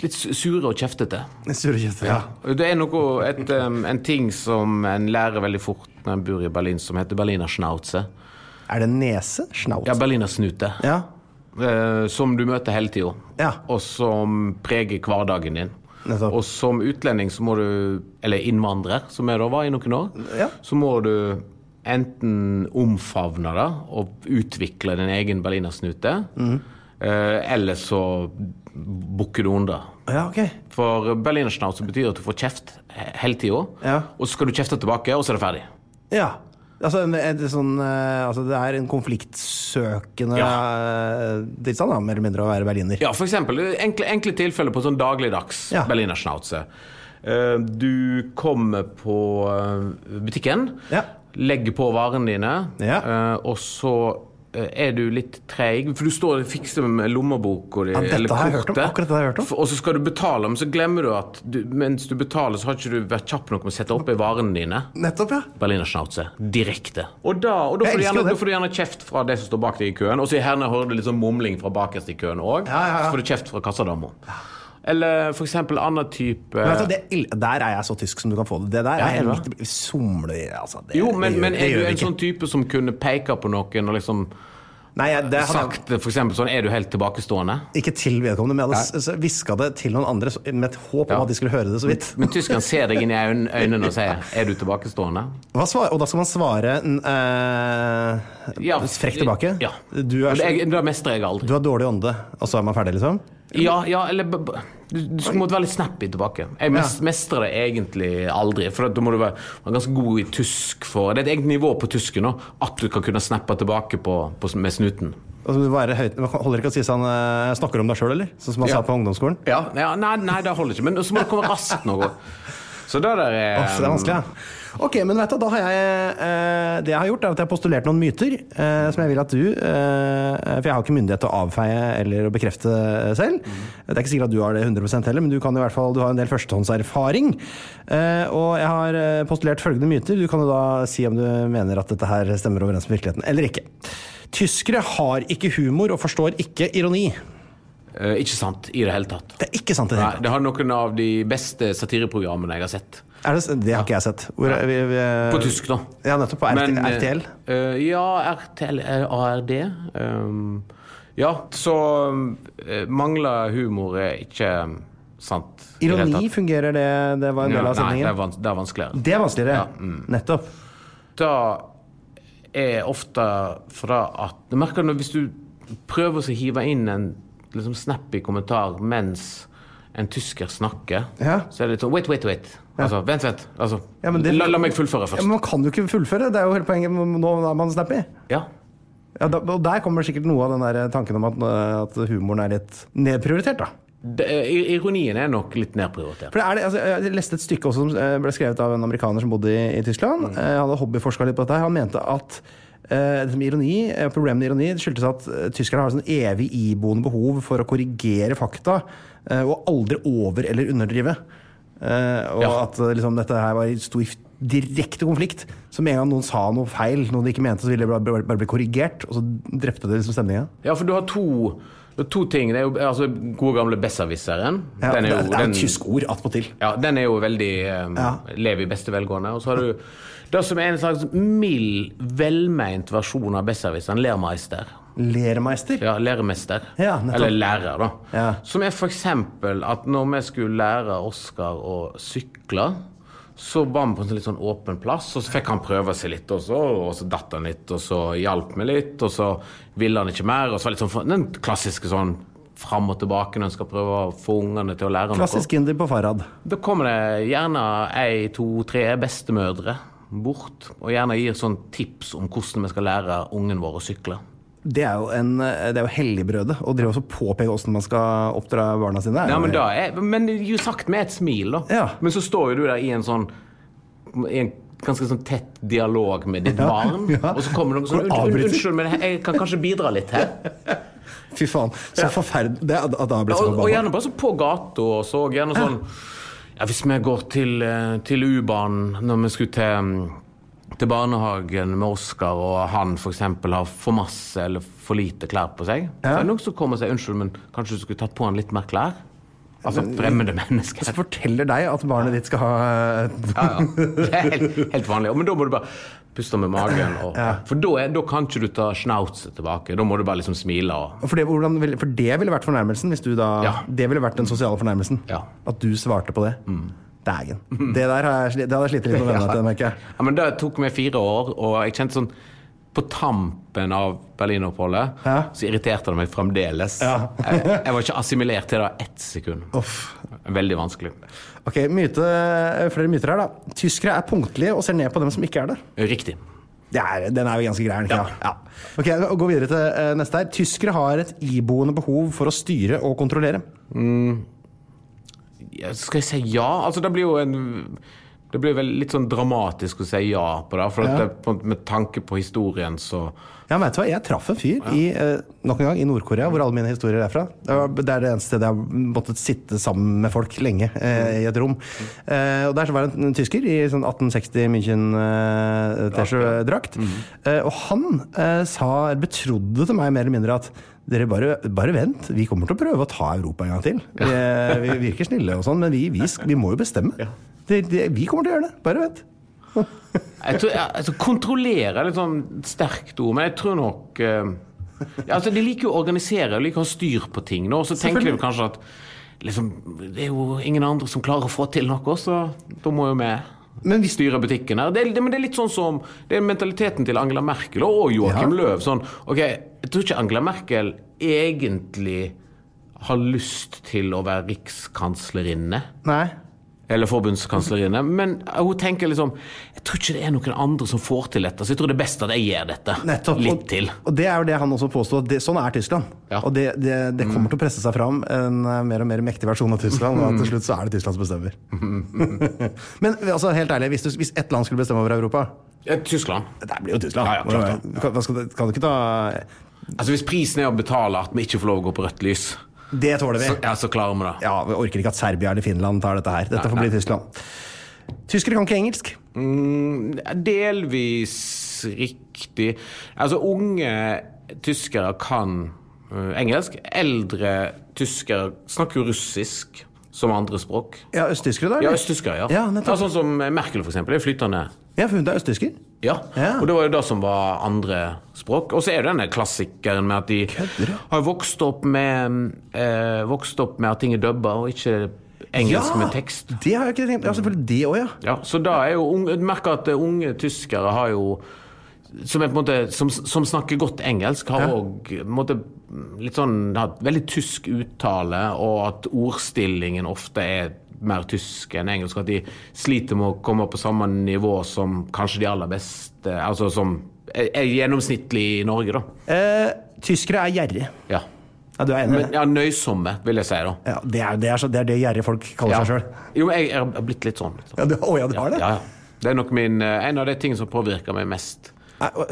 Speaker 2: Litt su- sure og kjeftete.
Speaker 1: Sure kjøttet. Ja.
Speaker 2: Det er noe, et, um, en ting som en lærer veldig fort når en bor i Berlin, som heter Berliner Schnauze.
Speaker 1: Er det nese? Schnauz?
Speaker 2: Ja, Berliner Snute.
Speaker 1: Ja.
Speaker 2: Eh, som du møter hele tida,
Speaker 1: Ja.
Speaker 2: og som preger hverdagen din.
Speaker 1: Nettopp.
Speaker 2: Og som utlending, så må du, eller innvandrer, som jeg da var i noen år,
Speaker 1: Ja.
Speaker 2: så må du enten omfavne det og utvikle din egen berlinersnute,
Speaker 1: Mhm.
Speaker 2: eh, eller så bukker du under.
Speaker 1: ja, ok.
Speaker 2: For berlinerschnauzer betyr at du får kjeft he- hele tida,
Speaker 1: Ja.
Speaker 2: og så skal du kjefte tilbake, og så er det ferdig.
Speaker 1: Ja. Altså, en, et, sånn, eh, altså det er en konfliktsøkende eh, tilstand, da, mer eller mindre, å være berliner.
Speaker 2: Ja, for eksempel enkle, enkle tilfeller på sånn dagligdags
Speaker 1: Ja.
Speaker 2: berlinerschnauzer. Eh, Du kommer på eh, butikken,
Speaker 1: Ja.
Speaker 2: legger på varene dine,
Speaker 1: Ja.
Speaker 2: eh, og så eh, er du litt treig, for du står og fikser med lommeboka di.
Speaker 1: Ja, dette
Speaker 2: eller
Speaker 1: har jeg hørt om.
Speaker 2: kortet.
Speaker 1: Akkurat dette har jeg hørt om.
Speaker 2: F- Og så skal du betale, men så glemmer du at du, mens du betaler, så har ikke du vært kjapp nok med å sette oppi varene dine.
Speaker 1: Nettopp, ja.
Speaker 2: Berlinerschnauze direkte. Og da, og da,
Speaker 1: Jeg
Speaker 2: får du
Speaker 1: elsker
Speaker 2: gjerne,
Speaker 1: det.
Speaker 2: da får du gjerne kjeft fra de som står bak deg i køen. Og så gjerne hører du litt sånn mumling fra bakerst i køen òg.
Speaker 1: Ja, ja, ja.
Speaker 2: Så får du kjeft fra kassadama. Eller for eksempel annen type
Speaker 1: Men vet du, det, er ill- der er jeg så tysk som du kan få det. Det der er
Speaker 2: er du
Speaker 1: litt somler, altså. Det,
Speaker 2: Jo, men,
Speaker 1: det gjør,
Speaker 2: men
Speaker 1: det
Speaker 2: er
Speaker 1: gjør
Speaker 2: du
Speaker 1: vi
Speaker 2: en
Speaker 1: ikke.
Speaker 2: sånn type som kunne peke på noen og liksom
Speaker 1: Nei, jeg, det hadde jeg
Speaker 2: sagt for eksempel sånn Er du helt tilbakestående?
Speaker 1: ikke til vedkommende, men jeg hadde hviska det til noen andre så- med et håp om
Speaker 2: Ja.
Speaker 1: at de skulle høre det så vidt.
Speaker 2: Men tyskeren ser deg inn i øyn- øynene og sier Er du tilbakestående?
Speaker 1: Hva svar, og da skal man svare n- eh,
Speaker 2: Ja.
Speaker 1: frekt tilbake?
Speaker 2: Ja.
Speaker 1: Du er,
Speaker 2: Og
Speaker 1: så-
Speaker 2: det, det mestrer jeg aldri.
Speaker 1: du har dårlig ånde, og så er man ferdig, liksom?
Speaker 2: Ja, ja, eller b- b- Du, du skulle måtte være litt snappy tilbake. Jeg mes- mestrer det egentlig aldri. For at da må du være, være ganske god i tysk for Det er et eget nivå på tysken nå, at du kan kunne snappe tilbake på, på, med snuten.
Speaker 1: Og så må Altså, du være høyt, man holder ikke å si sånn eh, Snakker du om deg sjøl, eller? Sånn som man
Speaker 2: Ja.
Speaker 1: sa på ungdomsskolen?
Speaker 2: Ja, ja Nei, nei det holder ikke. Men så må det komme raskt noe. Så det der er
Speaker 1: Uff, det er vanskelig, ja. Ok, men vet du, da har jeg eh, Det jeg har gjort, er at jeg har postulert noen myter eh, som jeg vil at du eh, For jeg har ikke myndighet til å avfeie eller å bekrefte selv.
Speaker 2: Mm.
Speaker 1: Det er ikke sikkert at du har det 100 heller, men du kan i hvert fall Du har en del førstehåndserfaring. Eh, og jeg har eh, postulert følgende myter. Du kan jo da si om du mener at dette her stemmer overens med virkeligheten eller ikke. Tyskere har ikke humor og forstår ikke ironi.
Speaker 2: Eh, ikke sant i det hele tatt.
Speaker 1: Det er ikke sant. i Det,
Speaker 2: Nei,
Speaker 1: hele tatt.
Speaker 2: det har noen av de beste satireprogrammene jeg har sett.
Speaker 1: er det, det har ikke jeg sett. Hvor, er vi, vi, eh,
Speaker 2: På tysk, da.
Speaker 1: Ja, nettopp. På RT,
Speaker 2: Men, eh,
Speaker 1: RTL.
Speaker 2: eh, ja, RTL, eh, ARD. ehm, ja, så eh, mangler humor er ikke um, sant. i det hele
Speaker 1: Ironi,
Speaker 2: tatt.
Speaker 1: fungerer det? Det var en del
Speaker 2: Ja,
Speaker 1: av
Speaker 2: nei, det mm. er,
Speaker 1: sendingen.
Speaker 2: vans det er vanskeligere.
Speaker 1: Det er vanskeligere. Nettopp.
Speaker 2: Det er ofte fra at Jeg merker når hvis du prøver å hive inn en liksom, snappy kommentar mens en tysker snakker,
Speaker 1: Ja.
Speaker 2: så er det litt sånn Wait, wait, wait. Altså, vent, vent. Altså,
Speaker 1: Ja, men det-
Speaker 2: la, la meg fullføre
Speaker 1: Ja,
Speaker 2: først.
Speaker 1: men man kan jo ikke fullføre. Det er jo hele poenget. med- Nå er man snappy.
Speaker 2: Ja.
Speaker 1: Ja, da, og der kommer sikkert noe av den der tanken om at, eh, at humoren er litt nedprioritert, da.
Speaker 2: Det, i- ironien er nok litt nedprioritert.
Speaker 1: For det er det, altså, jeg leste et stykke også som eh, ble skrevet av en amerikaner som bodde i, i
Speaker 2: Mm.
Speaker 1: Tyskland. Eh, Han hadde hobbyforska litt på dette. her. Han mente at eh, det som ironi, eh, problemet med ironi skyldtes at eh, tyskerne har et sånn evig iboende behov for å korrigere fakta, eh, og aldri over- eller underdrive. Eh, og
Speaker 2: Ja.
Speaker 1: at eh, liksom, dette her var i stor direkte konflikt. Så med en gang noen sa noe feil, noe de ikke mente, så ville det bare, bare bli korrigert, og så drepte det liksom stemninga.
Speaker 2: Ja, for du har to, du har to ting. Det er jo altså, gode gamle besserwisseren.
Speaker 1: Ja,
Speaker 2: Den
Speaker 1: det
Speaker 2: jo-
Speaker 1: er, det er
Speaker 2: den-
Speaker 1: et tysk ord attpåtil.
Speaker 2: Ja, den er jo veldig um,
Speaker 1: Ja.
Speaker 2: Lever i beste velgående. Og så har du det som er en slags mild, velmeint versjon av besserwisseren, Lermeister.
Speaker 1: Lermeister.
Speaker 2: Ja, læremester.
Speaker 1: Ja, nettopp.
Speaker 2: Eller lærer, da.
Speaker 1: Ja.
Speaker 2: Som er f.eks. at når vi skulle lære Oskar å sykle, så ba vi på en sånn litt sånn åpen plass, og så fikk han prøve seg litt også, og så datt han litt, og så hjalp vi litt, og så ville han ikke mer, og så var det litt sånn den klassiske sånn fram og tilbake når en skal prøve å få ungene til å lære noe.
Speaker 1: Klassisk inder på Farad.
Speaker 2: Da kommer det gjerne ei, to, tre bestemødre bort, og gjerne gir sånn tips om hvordan vi skal lære ungen vår å sykle.
Speaker 1: Det er jo, en, det er jo helligbrødet å drive også påpeke åssen man skal oppdra barna sine. er
Speaker 2: Ja,
Speaker 1: jo-
Speaker 2: men, da er, men det er jo sagt med et smil, da.
Speaker 1: Ja.
Speaker 2: Men så står jo du der i en sånn i en ganske sånn tett dialog med ditt barn,
Speaker 1: ja.
Speaker 2: og så kommer noen sånn
Speaker 1: Hvor
Speaker 2: "Unnskyld,
Speaker 1: avbryter-
Speaker 2: Unnskyld, men jeg kan kanskje bidra litt her.
Speaker 1: Fy faen, så forferdelig det, at, at da ble det
Speaker 2: Ja,
Speaker 1: så
Speaker 2: og, og
Speaker 1: forbanna.
Speaker 2: gjerne bare sånn på gata og så gjerne sånn Ja, hvis vi går til, eh, til U-banen når vi skulle til, mm, til barnehagen med Oskar, og han f.eks. har for masse eller for lite klær på seg, så er det noen som kommer og sier unnskyld, men kanskje du skulle tatt på han litt mer klær? Altså fremmede mennesker.
Speaker 1: Så forteller deg at barnet ditt skal ha
Speaker 2: Ja, ja. Det er helt, helt vanlig. Men da må du bare puste med magen. Og, For da, er, da kan ikke du ta schnauzet tilbake. Da må du bare liksom smile og
Speaker 1: For det, hvordan, ville- for det ville vært fornærmelsen. Hvis du da,
Speaker 2: Ja.
Speaker 1: Det ville vært den sosiale fornærmelsen.
Speaker 2: Ja. Mm.
Speaker 1: At du svarte på det. Dægen. Det der har jeg, sli- det hadde jeg slitt litt med vennene til, merker jeg.
Speaker 2: Ja, men det tok meg fire år, og jeg kjente sånn På tampen av Berlinoppholdet
Speaker 1: Ja.
Speaker 2: så irriterte det meg fremdeles.
Speaker 1: Ja.
Speaker 2: jeg, jeg var ikke assimilert til det ett sekund.
Speaker 1: Uff.
Speaker 2: Veldig vanskelig.
Speaker 1: Ok, myte, eh, flere myter her, da. Tyskere er punktlige og ser ned på dem som ikke er det.
Speaker 2: Riktig.
Speaker 1: Det er, den er jo ganske grei. er den ikke? Ja. Ok, og Gå videre til eh, neste her. Tyskere har et iboende behov for å styre og kontrollere.
Speaker 2: Ja, skal jeg si ja? Altså, det blir jo en Det blir vel litt sånn dramatisk å si ja på det. For at det, på en måte med tanke på historien, så
Speaker 1: Ja, men vet du hva? Jeg traff en fyr i, eh, nok en gang, i Nord-Korea, hvor alle mine historier er fra. Det var- Det er det eneste stedet jeg har måttet sitte sammen med folk lenge eh, i et rom. Eh, og Der så var det en, en tysker i sånn 1860 München-T-skjorte-drakt. eh, og han eh, sa, betrodde til meg mer eller mindre at dere bare, bare vent, vi kommer til å prøve å ta Europa en gang til. Vi, eh, vi virker snille og sånn, men vi, vi, sk- vi må jo bestemme. Det, det, vi kommer til å gjøre det. Bare vent.
Speaker 2: Jeg tror, jeg, altså, kontrollere er litt sånn sterkt ord, men jeg tror nok eh, ja, altså, De liker jo å organisere og liker å ha styr på ting. nå, Og så tenker de kanskje at liksom, det er jo ingen andre som klarer å få til noe, så da må jo vi
Speaker 1: Men hvis-
Speaker 2: styre butikken her. Det, er- det, men det er litt sånn som Det er mentaliteten til Angela Merkel og Joakim Løv. Sånn, ok, Jeg tror ikke Angela Merkel egentlig har lyst til å være rikskanslerinne
Speaker 1: Nei.
Speaker 2: eller forbundskansleriene. Men hun tenker liksom Jeg tror ikke det er noen andre som får til dette, så jeg tror det er best at jeg gjør dette
Speaker 1: Nettopp.
Speaker 2: litt til.
Speaker 1: Og, og det er jo det han også påsto, at det, sånn er Tyskland.
Speaker 2: Ja.
Speaker 1: Og det, det, det kommer til å presse seg fram en eh, mer og mer mektig versjon av Tyskland, og
Speaker 2: Mm.
Speaker 1: til slutt så er det Tyskland som bestemmer. Men altså, helt ærlig, hvis, du, hvis ett land skulle bestemme over Europa
Speaker 2: Ja, Tyskland.
Speaker 1: Det blir jo Tyskland.
Speaker 2: Ja, ja, klart
Speaker 1: Du kan, hva skal, du- kan du ikke ta
Speaker 2: Altså Hvis prisen er å betale at vi ikke får lov å gå på rødt lys,
Speaker 1: Det tåler vi.
Speaker 2: så, ja, så klarer vi det.
Speaker 1: Ja, Vi orker ikke at Serbia eller Finland tar dette her. Dette får bli Tyskland. Tyskere kan ikke engelsk.
Speaker 2: Delvis riktig. Altså, unge tyskere kan eh, engelsk. Eldre tyskere snakker jo russisk som andre språk.
Speaker 1: Ja, østtyskere, da?
Speaker 2: Ja,
Speaker 1: eller?
Speaker 2: østtyskere, ja.
Speaker 1: Ja,
Speaker 2: ja
Speaker 1: nettopp.
Speaker 2: sånn som Merkel, for eksempel. Er flytende
Speaker 1: Ja, for hun er østtysker.
Speaker 2: Ja.
Speaker 1: Ja.
Speaker 2: og det var jo det som var andre språk. Og så er det denne klassikeren med at de har vokst opp med, eh, vokst opp med at ting er dubba, og ikke engelsk med tekst.
Speaker 1: Det har jeg ikke tenkt. Ja, selvfølgelig det òg, ja.
Speaker 2: Ja, så da er jo unge, du merker at eh, unge tyskere har jo som, er på en måte, som, som snakker godt engelsk, har òg litt sånn har et veldig tysk uttale, og at ordstillingen ofte er mer tysk enn engelsk. At de sliter med å komme på samme nivå som kanskje de aller beste Altså som er er gjennomsnittlig i Norge, da.
Speaker 1: Eh, tyskere er gjerrige.
Speaker 2: Ja.
Speaker 1: Ja, du er enig i
Speaker 2: Men
Speaker 1: det?
Speaker 2: ja, nøysomme, vil jeg si, da.
Speaker 1: Ja, det, er, det, er så, det er det gjerrige folk kaller
Speaker 2: Ja.
Speaker 1: seg sjøl.
Speaker 2: Jo, men jeg er blitt litt sånn. Liksom.
Speaker 1: Ja, du- å, ja, du har det?
Speaker 2: Ja, ja. Det er nok min, eh, en av de tingene som påvirker meg mest.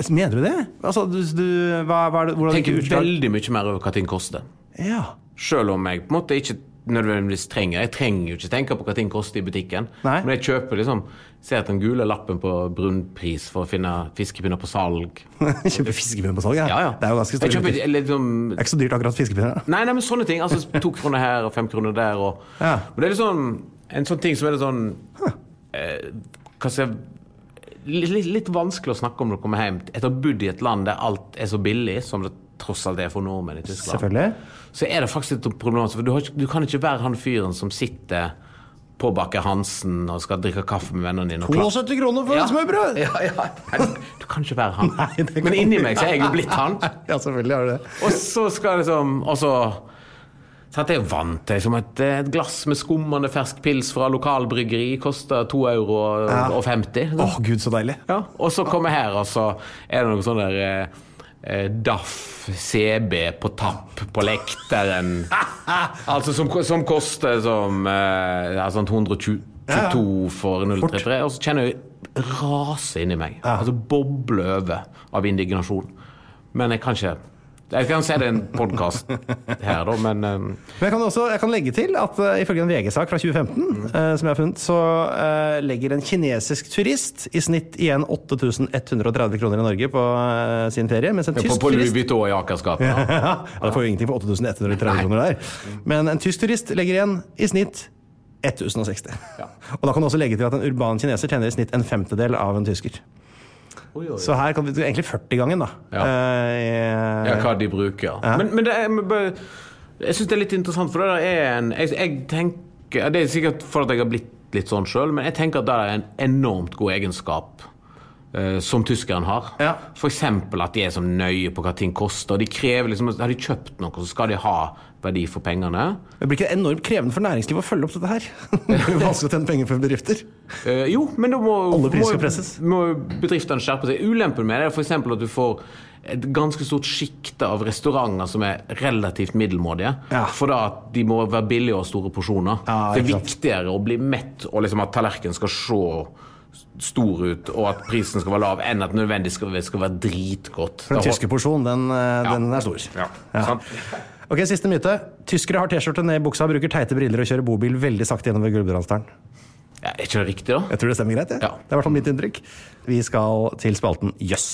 Speaker 1: Mener du det? Altså, du, du, hva, hva er det, hvordan
Speaker 2: Jeg
Speaker 1: gikk
Speaker 2: tenker
Speaker 1: det utslag?
Speaker 2: veldig mye mer over hva ting koster.
Speaker 1: Ja.
Speaker 2: Selv om jeg på en måte ikke nødvendigvis trenger Jeg trenger jo ikke tenke på hva ting koster i butikken.
Speaker 1: Nei.
Speaker 2: Men jeg kjøper liksom Ser at den gule lappen på Brunpris for å finne fiskepinner på salg.
Speaker 1: Kjøper fiskepinner på salg? Ja.
Speaker 2: Ja, ja.
Speaker 1: Det er jo ganske store
Speaker 2: Jeg kjøper
Speaker 1: utgifter.
Speaker 2: ikke- liksom,
Speaker 1: Det er ikke så dyrt akkurat fiskepinner. da.
Speaker 2: Nei, nei, men sånne ting. Altså to kroner her og fem kroner der. Og,
Speaker 1: Ja.
Speaker 2: Men det er litt sånn en sånn ting som er litt sånn eh, Hva skal jeg litt, litt, litt vanskelig å snakke om når du kommer hjem etter å ha bodd i et land der alt er så billig, som det tross alt er for nordmenn i Tyskland.
Speaker 1: Selvfølgelig.
Speaker 2: Så er det faktisk litt problematisk, for du, har, ikke- du kan ikke være han fyren som sitter på Baker Hansen og skal drikke kaffe med vennene dine. og klar-
Speaker 1: 72 kroner for et smørbrød!
Speaker 2: Ja, ja. Nei, Du kan ikke være han.
Speaker 1: Nei, det kan
Speaker 2: Men inni
Speaker 1: du
Speaker 2: meg så er jeg jo blitt han.
Speaker 1: Ja, selvfølgelig har du det.
Speaker 2: Og så skal liksom Og så Sant, jeg er jo vant til liksom, et, et glass med skummende fersk pils fra lokalbryggeri koster 2 euro og, og 50.
Speaker 1: Å, gud, så deilig.
Speaker 2: Ja, og så kommer jeg her, og så er det noe sånn der eh, eh, Daff CB på tapp på lekteren. altså som, som koster som eh, ja, sånn 122 for 033. Og så kjenner jeg rase inni meg. Altså boble over av indignasjon. Men jeg kan ikke Jeg kan se det er en podkast her, da, men eh,
Speaker 1: Men jeg kan, også, jeg kan legge til at eh, ifølge en VG-sak fra 2015,
Speaker 2: Mm.
Speaker 1: eh, som jeg har funnet, så eh, legger en kinesisk turist i snitt igjen 8130 kroner i Norge på eh, sin ferie, mens en
Speaker 2: på,
Speaker 1: tysk
Speaker 2: på Louis
Speaker 1: turist
Speaker 2: Vuitton i Akersgata.
Speaker 1: ja, Da får jo ingenting for 8130 kroner der. Men en tysk turist legger igjen i snitt 1060.
Speaker 2: Ja.
Speaker 1: Og da kan du også legge til at en urban kineser tjener i snitt en femtedel av en tysker.
Speaker 2: Oi, oi, oi.
Speaker 1: Så her kan vi egentlig 40-gangen, da.
Speaker 2: Ja.
Speaker 1: Eh,
Speaker 2: Ja, hva de bruker. Men, men det er, men bare- jeg syns det er litt interessant, for det der er en jeg, jeg tenker, ja, Det er sikkert for at jeg har blitt litt sånn sjøl, men jeg tenker at det er en enormt god egenskap eh, som tyskeren har.
Speaker 1: Ja.
Speaker 2: F.eks. at de er så nøye på hva ting koster. og De krever liksom, Har de kjøpt noe, så skal de ha verdi for pengene.
Speaker 1: det blir ikke enormt krevende for næringslivet å følge opp dette her. det blir vanskelig å tjene penger for bedrifter.
Speaker 2: Eh, jo, men da må,
Speaker 1: Alle priser
Speaker 2: må,
Speaker 1: skal presses.
Speaker 2: må bedriftene skjerpe seg. Ulempen med det er f.eks. at du får et ganske stort sjikte av restauranter som er relativt middelmådige.
Speaker 1: Ja.
Speaker 2: For da at de må være billige og ha store porsjoner.
Speaker 1: Ja,
Speaker 2: det er
Speaker 1: ikke sant.
Speaker 2: viktigere å bli mett og liksom at tallerkenen skal se stor ut, og at prisen skal være lav, enn at nødvendig skal, skal være dritgodt.
Speaker 1: For den
Speaker 2: Da-
Speaker 1: tyske porsjonen, den, eh, den er stor.
Speaker 2: Ja,
Speaker 1: Ja.
Speaker 2: sant?
Speaker 1: Ok, Siste myte. Tyskere har T-skjorte ned i buksa, bruker teite briller og kjører bobil veldig sakte gjennover Gudbrandsdalen.
Speaker 2: Ja, er ikke det riktig, da?
Speaker 1: Jeg tror det stemmer greit. jeg.
Speaker 2: Ja.
Speaker 1: Det er i hvert fall mitt inntrykk. Vi skal til spalten Jøss.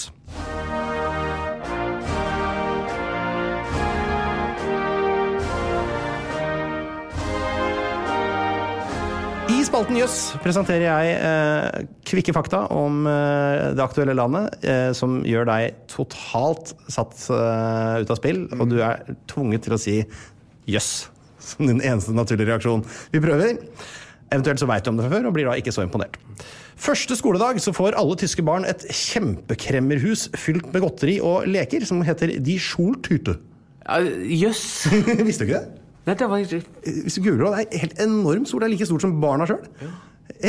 Speaker 1: I spalten Jøss presenterer jeg eh, kvikke fakta om eh, det aktuelle landet eh, som gjør deg totalt satt eh, ut av spill, og du er tvunget til å si jøss som din eneste naturlige reaksjon. Vi prøver. Eventuelt så veit du om det fra før og blir da ikke så imponert. Første skoledag så får alle tyske barn et kjempekremmerhus fylt med godteri og leker som heter Die Schultüte.
Speaker 2: Ja, Jøss!
Speaker 1: Visste du ikke det?
Speaker 2: Nei, det var ikke
Speaker 1: Hvis du googler det, det er helt enormt stort. Det er like stort som barna sjøl.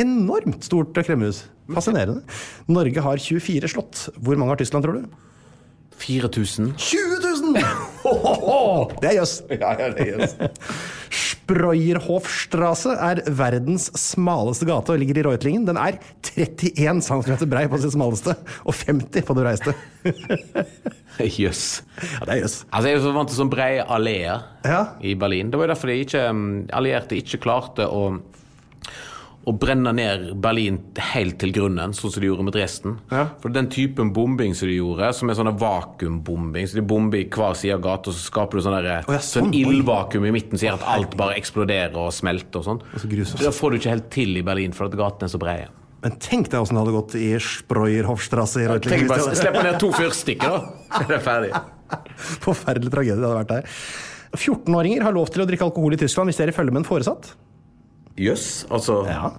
Speaker 1: Enormt stort kremmerhus. Fascinerende. Norge har 24 slott. Hvor mange har Tyskland, tror du?
Speaker 2: 4000.
Speaker 1: 20 000! Det er jøss. Spreuerhofstrasse er verdens smaleste gate og ligger i Reutlingen. Den er 31 cm brei på sitt smaleste og 50 på det breiste.
Speaker 2: Jøss.
Speaker 1: Ja, det er jøss.
Speaker 2: Altså, jeg er jo så vant til sånn brede alléer
Speaker 1: Ja.
Speaker 2: i Berlin. Det var jo derfor de ikke, mm, allierte ikke klarte å, å brenne ned Berlin helt til grunnen, sånn som de gjorde med Dresden.
Speaker 1: Ja.
Speaker 2: For den typen bombing som de gjorde, som er sånn vakuumbombing Så de bomber i hver side av gata, og så skaper du sånn der,
Speaker 1: ja, sånn.
Speaker 2: sånn ildvakuum i midten som gjør at alt bare eksploderer og smelter og sånn.
Speaker 1: så grusomt.
Speaker 2: Det får du ikke helt til i Berlin, for at gatene er så brede.
Speaker 1: Men tenk deg åssen det hadde gått i Spreuerhofstrasse i
Speaker 2: Tenk
Speaker 1: Reutlingen.
Speaker 2: bare å slippe ned to fyrstikker, da. Det er ferdig.
Speaker 1: Forferdelig tragedie det hadde vært der. 14-åringer har lov til å drikke alkohol i Tyskland hvis dere følger med en foresatt.
Speaker 2: Jøss, altså
Speaker 1: Ja,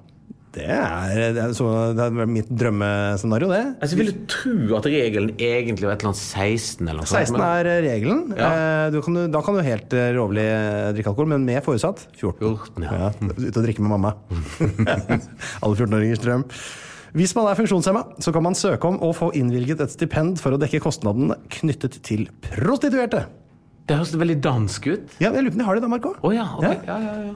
Speaker 1: det er, det er, så, det er mitt drømmescenario, det.
Speaker 2: Altså, Jeg ville tro at regelen egentlig var et eller annet 16 eller noe
Speaker 1: 16
Speaker 2: men-
Speaker 1: er regelen.
Speaker 2: Ja.
Speaker 1: Eh, Du kan, da kan du helt eh, lovlig eh, drikke alkohol, men med foresatt 14.
Speaker 2: 14, ja.
Speaker 1: Ute og drikke med mamma. Alle 14-åringers drøm. Hvis man er funksjonshemma, så kan man søke om å få innvilget et stipend for å dekke kostnadene knyttet til prostituerte.
Speaker 2: Det høres veldig dansk ut.
Speaker 1: Ja, jeg lurer på om de har det i Danmark òg.
Speaker 2: Å ja, ok.
Speaker 1: Ja.
Speaker 2: Ja. Ja, ja,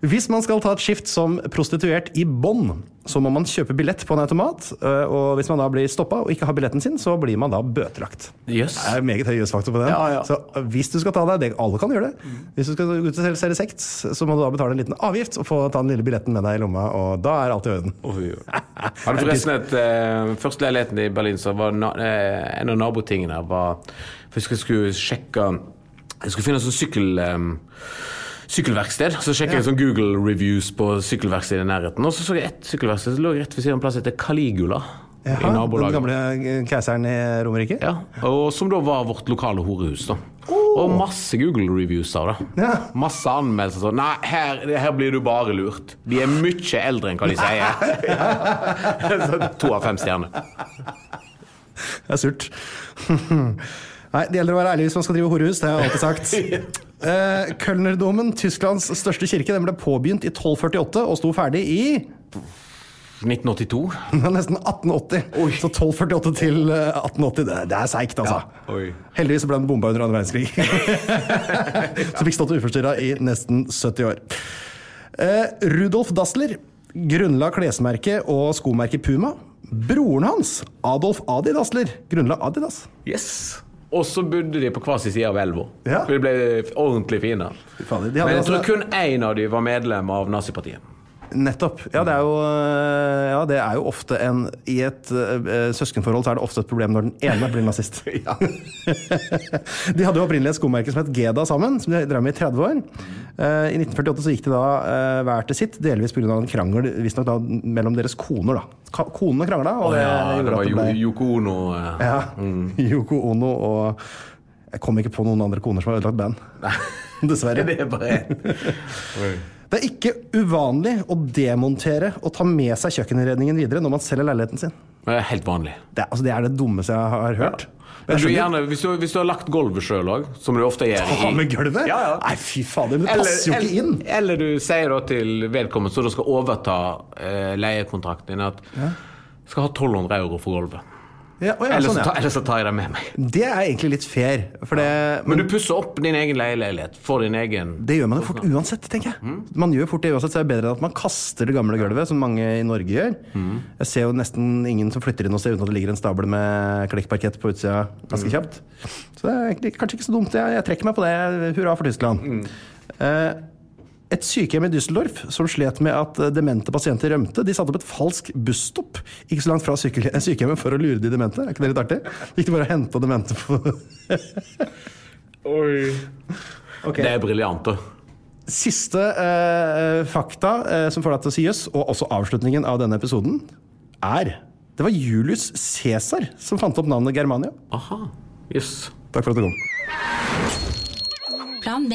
Speaker 1: Hvis man skal ta et skift som prostituert i bånd, så må man kjøpe billett på en automat. øh, Og hvis man da blir stoppa og ikke har billetten sin, så blir man da bøtelagt.
Speaker 2: Jøss.
Speaker 1: Det er meget høy jøssfaktor på den.
Speaker 2: Ja, Mm. ja.
Speaker 1: Så øh, hvis du skal ta deg det, alle kan gjøre det. Hvis du skal gå ut og selge- selge sekt, så må du da betale en liten avgift og få ta den lille billetten med deg i lomma, og da er alt i orden.
Speaker 2: Oi, oi. Hadde forresten et eh, Første leiligheten i Berlin, så var na, eh, en av nabotingene var For jeg skulle- skulle sjekke Jeg skulle finne en sånn sykkel... eh, Sykkelverksted. Så sjekket jeg sånn Google reviews på sykkelverksted i nærheten. Og så så jeg ett sykkelverksted som lå rett ved siden av en plass som heter Caligula.
Speaker 1: Jaha,
Speaker 2: I
Speaker 1: den
Speaker 2: nabolaget.
Speaker 1: gamle øh, keiseren i Romerike?
Speaker 2: Ja, og som da var vårt lokale horehus. da Og masse Google-reviews av det.
Speaker 1: Oh. Ja.
Speaker 2: Masse anmeldelser sånn Nei, her, her blir du bare lurt. De er mye eldre enn hva de sier. Så to av fem stjerner.
Speaker 1: Det er surt. Nei, det gjelder å være ærlig hvis man skal drive horehus. Det har jeg alltid sagt. Eh, Kølnerdomen, Tysklands største kirke, den ble påbegynt i 1248 og sto ferdig i
Speaker 2: 1982.
Speaker 1: nesten 1880.
Speaker 2: Oi.
Speaker 1: Så 1248 til eh, 1880, det, det er seigt, altså.
Speaker 2: Ja, oi.
Speaker 1: Heldigvis ble den bomba under andre verdenskrig. Så fikk stått uforstyrra i nesten 70 år. Eh, Rudolf Dassler grunnla klesmerket og skomerket Puma. Broren hans, Adolf Adi Dassler, grunnla Adidas.
Speaker 2: Yes. Og så bodde de på hver sin side av elva.
Speaker 1: Ja.
Speaker 2: For de ble ordentlig fine.
Speaker 1: Fy fader, de hadde
Speaker 2: Men jeg
Speaker 1: altså-
Speaker 2: tror kun én av dem var medlem av nazipartiet.
Speaker 1: Nettopp. Ja, det er jo, øh, ja, det er jo ofte en I et øh, øh, søskenforhold så er det ofte et problem når den ene blir nazist. de hadde jo opprinnelig et skomerke som het Geda sammen, som de drev med i 30 år. Eh, I 1948 så gikk de da eh, hver til sitt, delvis pga. en krangel visstnok da mellom deres koner. da. Ka konene krangla, og det
Speaker 2: Ja, det
Speaker 1: gjorde
Speaker 2: var
Speaker 1: at det ble
Speaker 2: Jo- Yoko Ono. eh.
Speaker 1: ja, Yoko Ono og Jeg kom ikke på noen andre koner som har ødelagt band. Dessverre.
Speaker 2: Det er bare
Speaker 1: Det er ikke uvanlig å demontere og ta med seg kjøkkenredningen videre når man selger leiligheten sin.
Speaker 2: Det er helt vanlig.
Speaker 1: Det er, altså, det er det dummeste jeg har hørt.
Speaker 2: Men
Speaker 1: Jeg
Speaker 2: du,
Speaker 1: skjønner-
Speaker 2: gjerne, hvis, du, hvis du har lagt gulvet sjøl òg, som du ofte gjør
Speaker 1: Ta med gulvet?
Speaker 2: Ja, ja.
Speaker 1: Nei, fy fader, men det passer jo ikke inn!
Speaker 2: Eller, eller du sier da til vedkommende som da skal overta eh, leiekontrakten din, at skal ha 1200 euro for gulvet.
Speaker 1: Ja, å ja,
Speaker 2: Eller
Speaker 1: sånn,
Speaker 2: så, ta,
Speaker 1: ja.
Speaker 2: eller så tar jeg det med meg.
Speaker 1: Det er egentlig litt fair, for det,
Speaker 2: Men du pusser opp din egen leieleilighet for din egen
Speaker 1: det gjør man jo fort uansett, tenker jeg. Man gjør fort det uansett, så er det bedre enn at man kaster det gamle gulvet, som mange i Norge gjør. Jeg ser jo nesten ingen som flytter inn og ser uten at det ligger en stabel med klekkparkett på utsida ganske kjapt. Så det er egentlig kanskje ikke så dumt. Jeg, jeg trekker meg på det. Hurra for Tyskland. Eh, Et sykehjem i Düsseldorf som slet med at eh, demente pasienter rømte, de satte opp et falsk busstopp ikke så langt fra syke, eh, sykehjemmet for å lure de demente. Er ikke det litt artig? Gikk de bare og henta demente på Ok.
Speaker 2: Det er briljant, da.
Speaker 1: Siste eh, fakta eh, som får deg til å si jøss, og også avslutningen av denne episoden, er det var Julius Cæsar som fant opp navnet Germania.
Speaker 2: Aha. Jøss. Yes.
Speaker 1: Takk for at du kom.
Speaker 5: Plan B.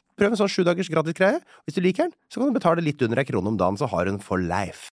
Speaker 1: Prøv en sånn sju dagers gratis greie. Hvis du liker den, så kan du betale litt under ei krone om dagen, så har du den for life.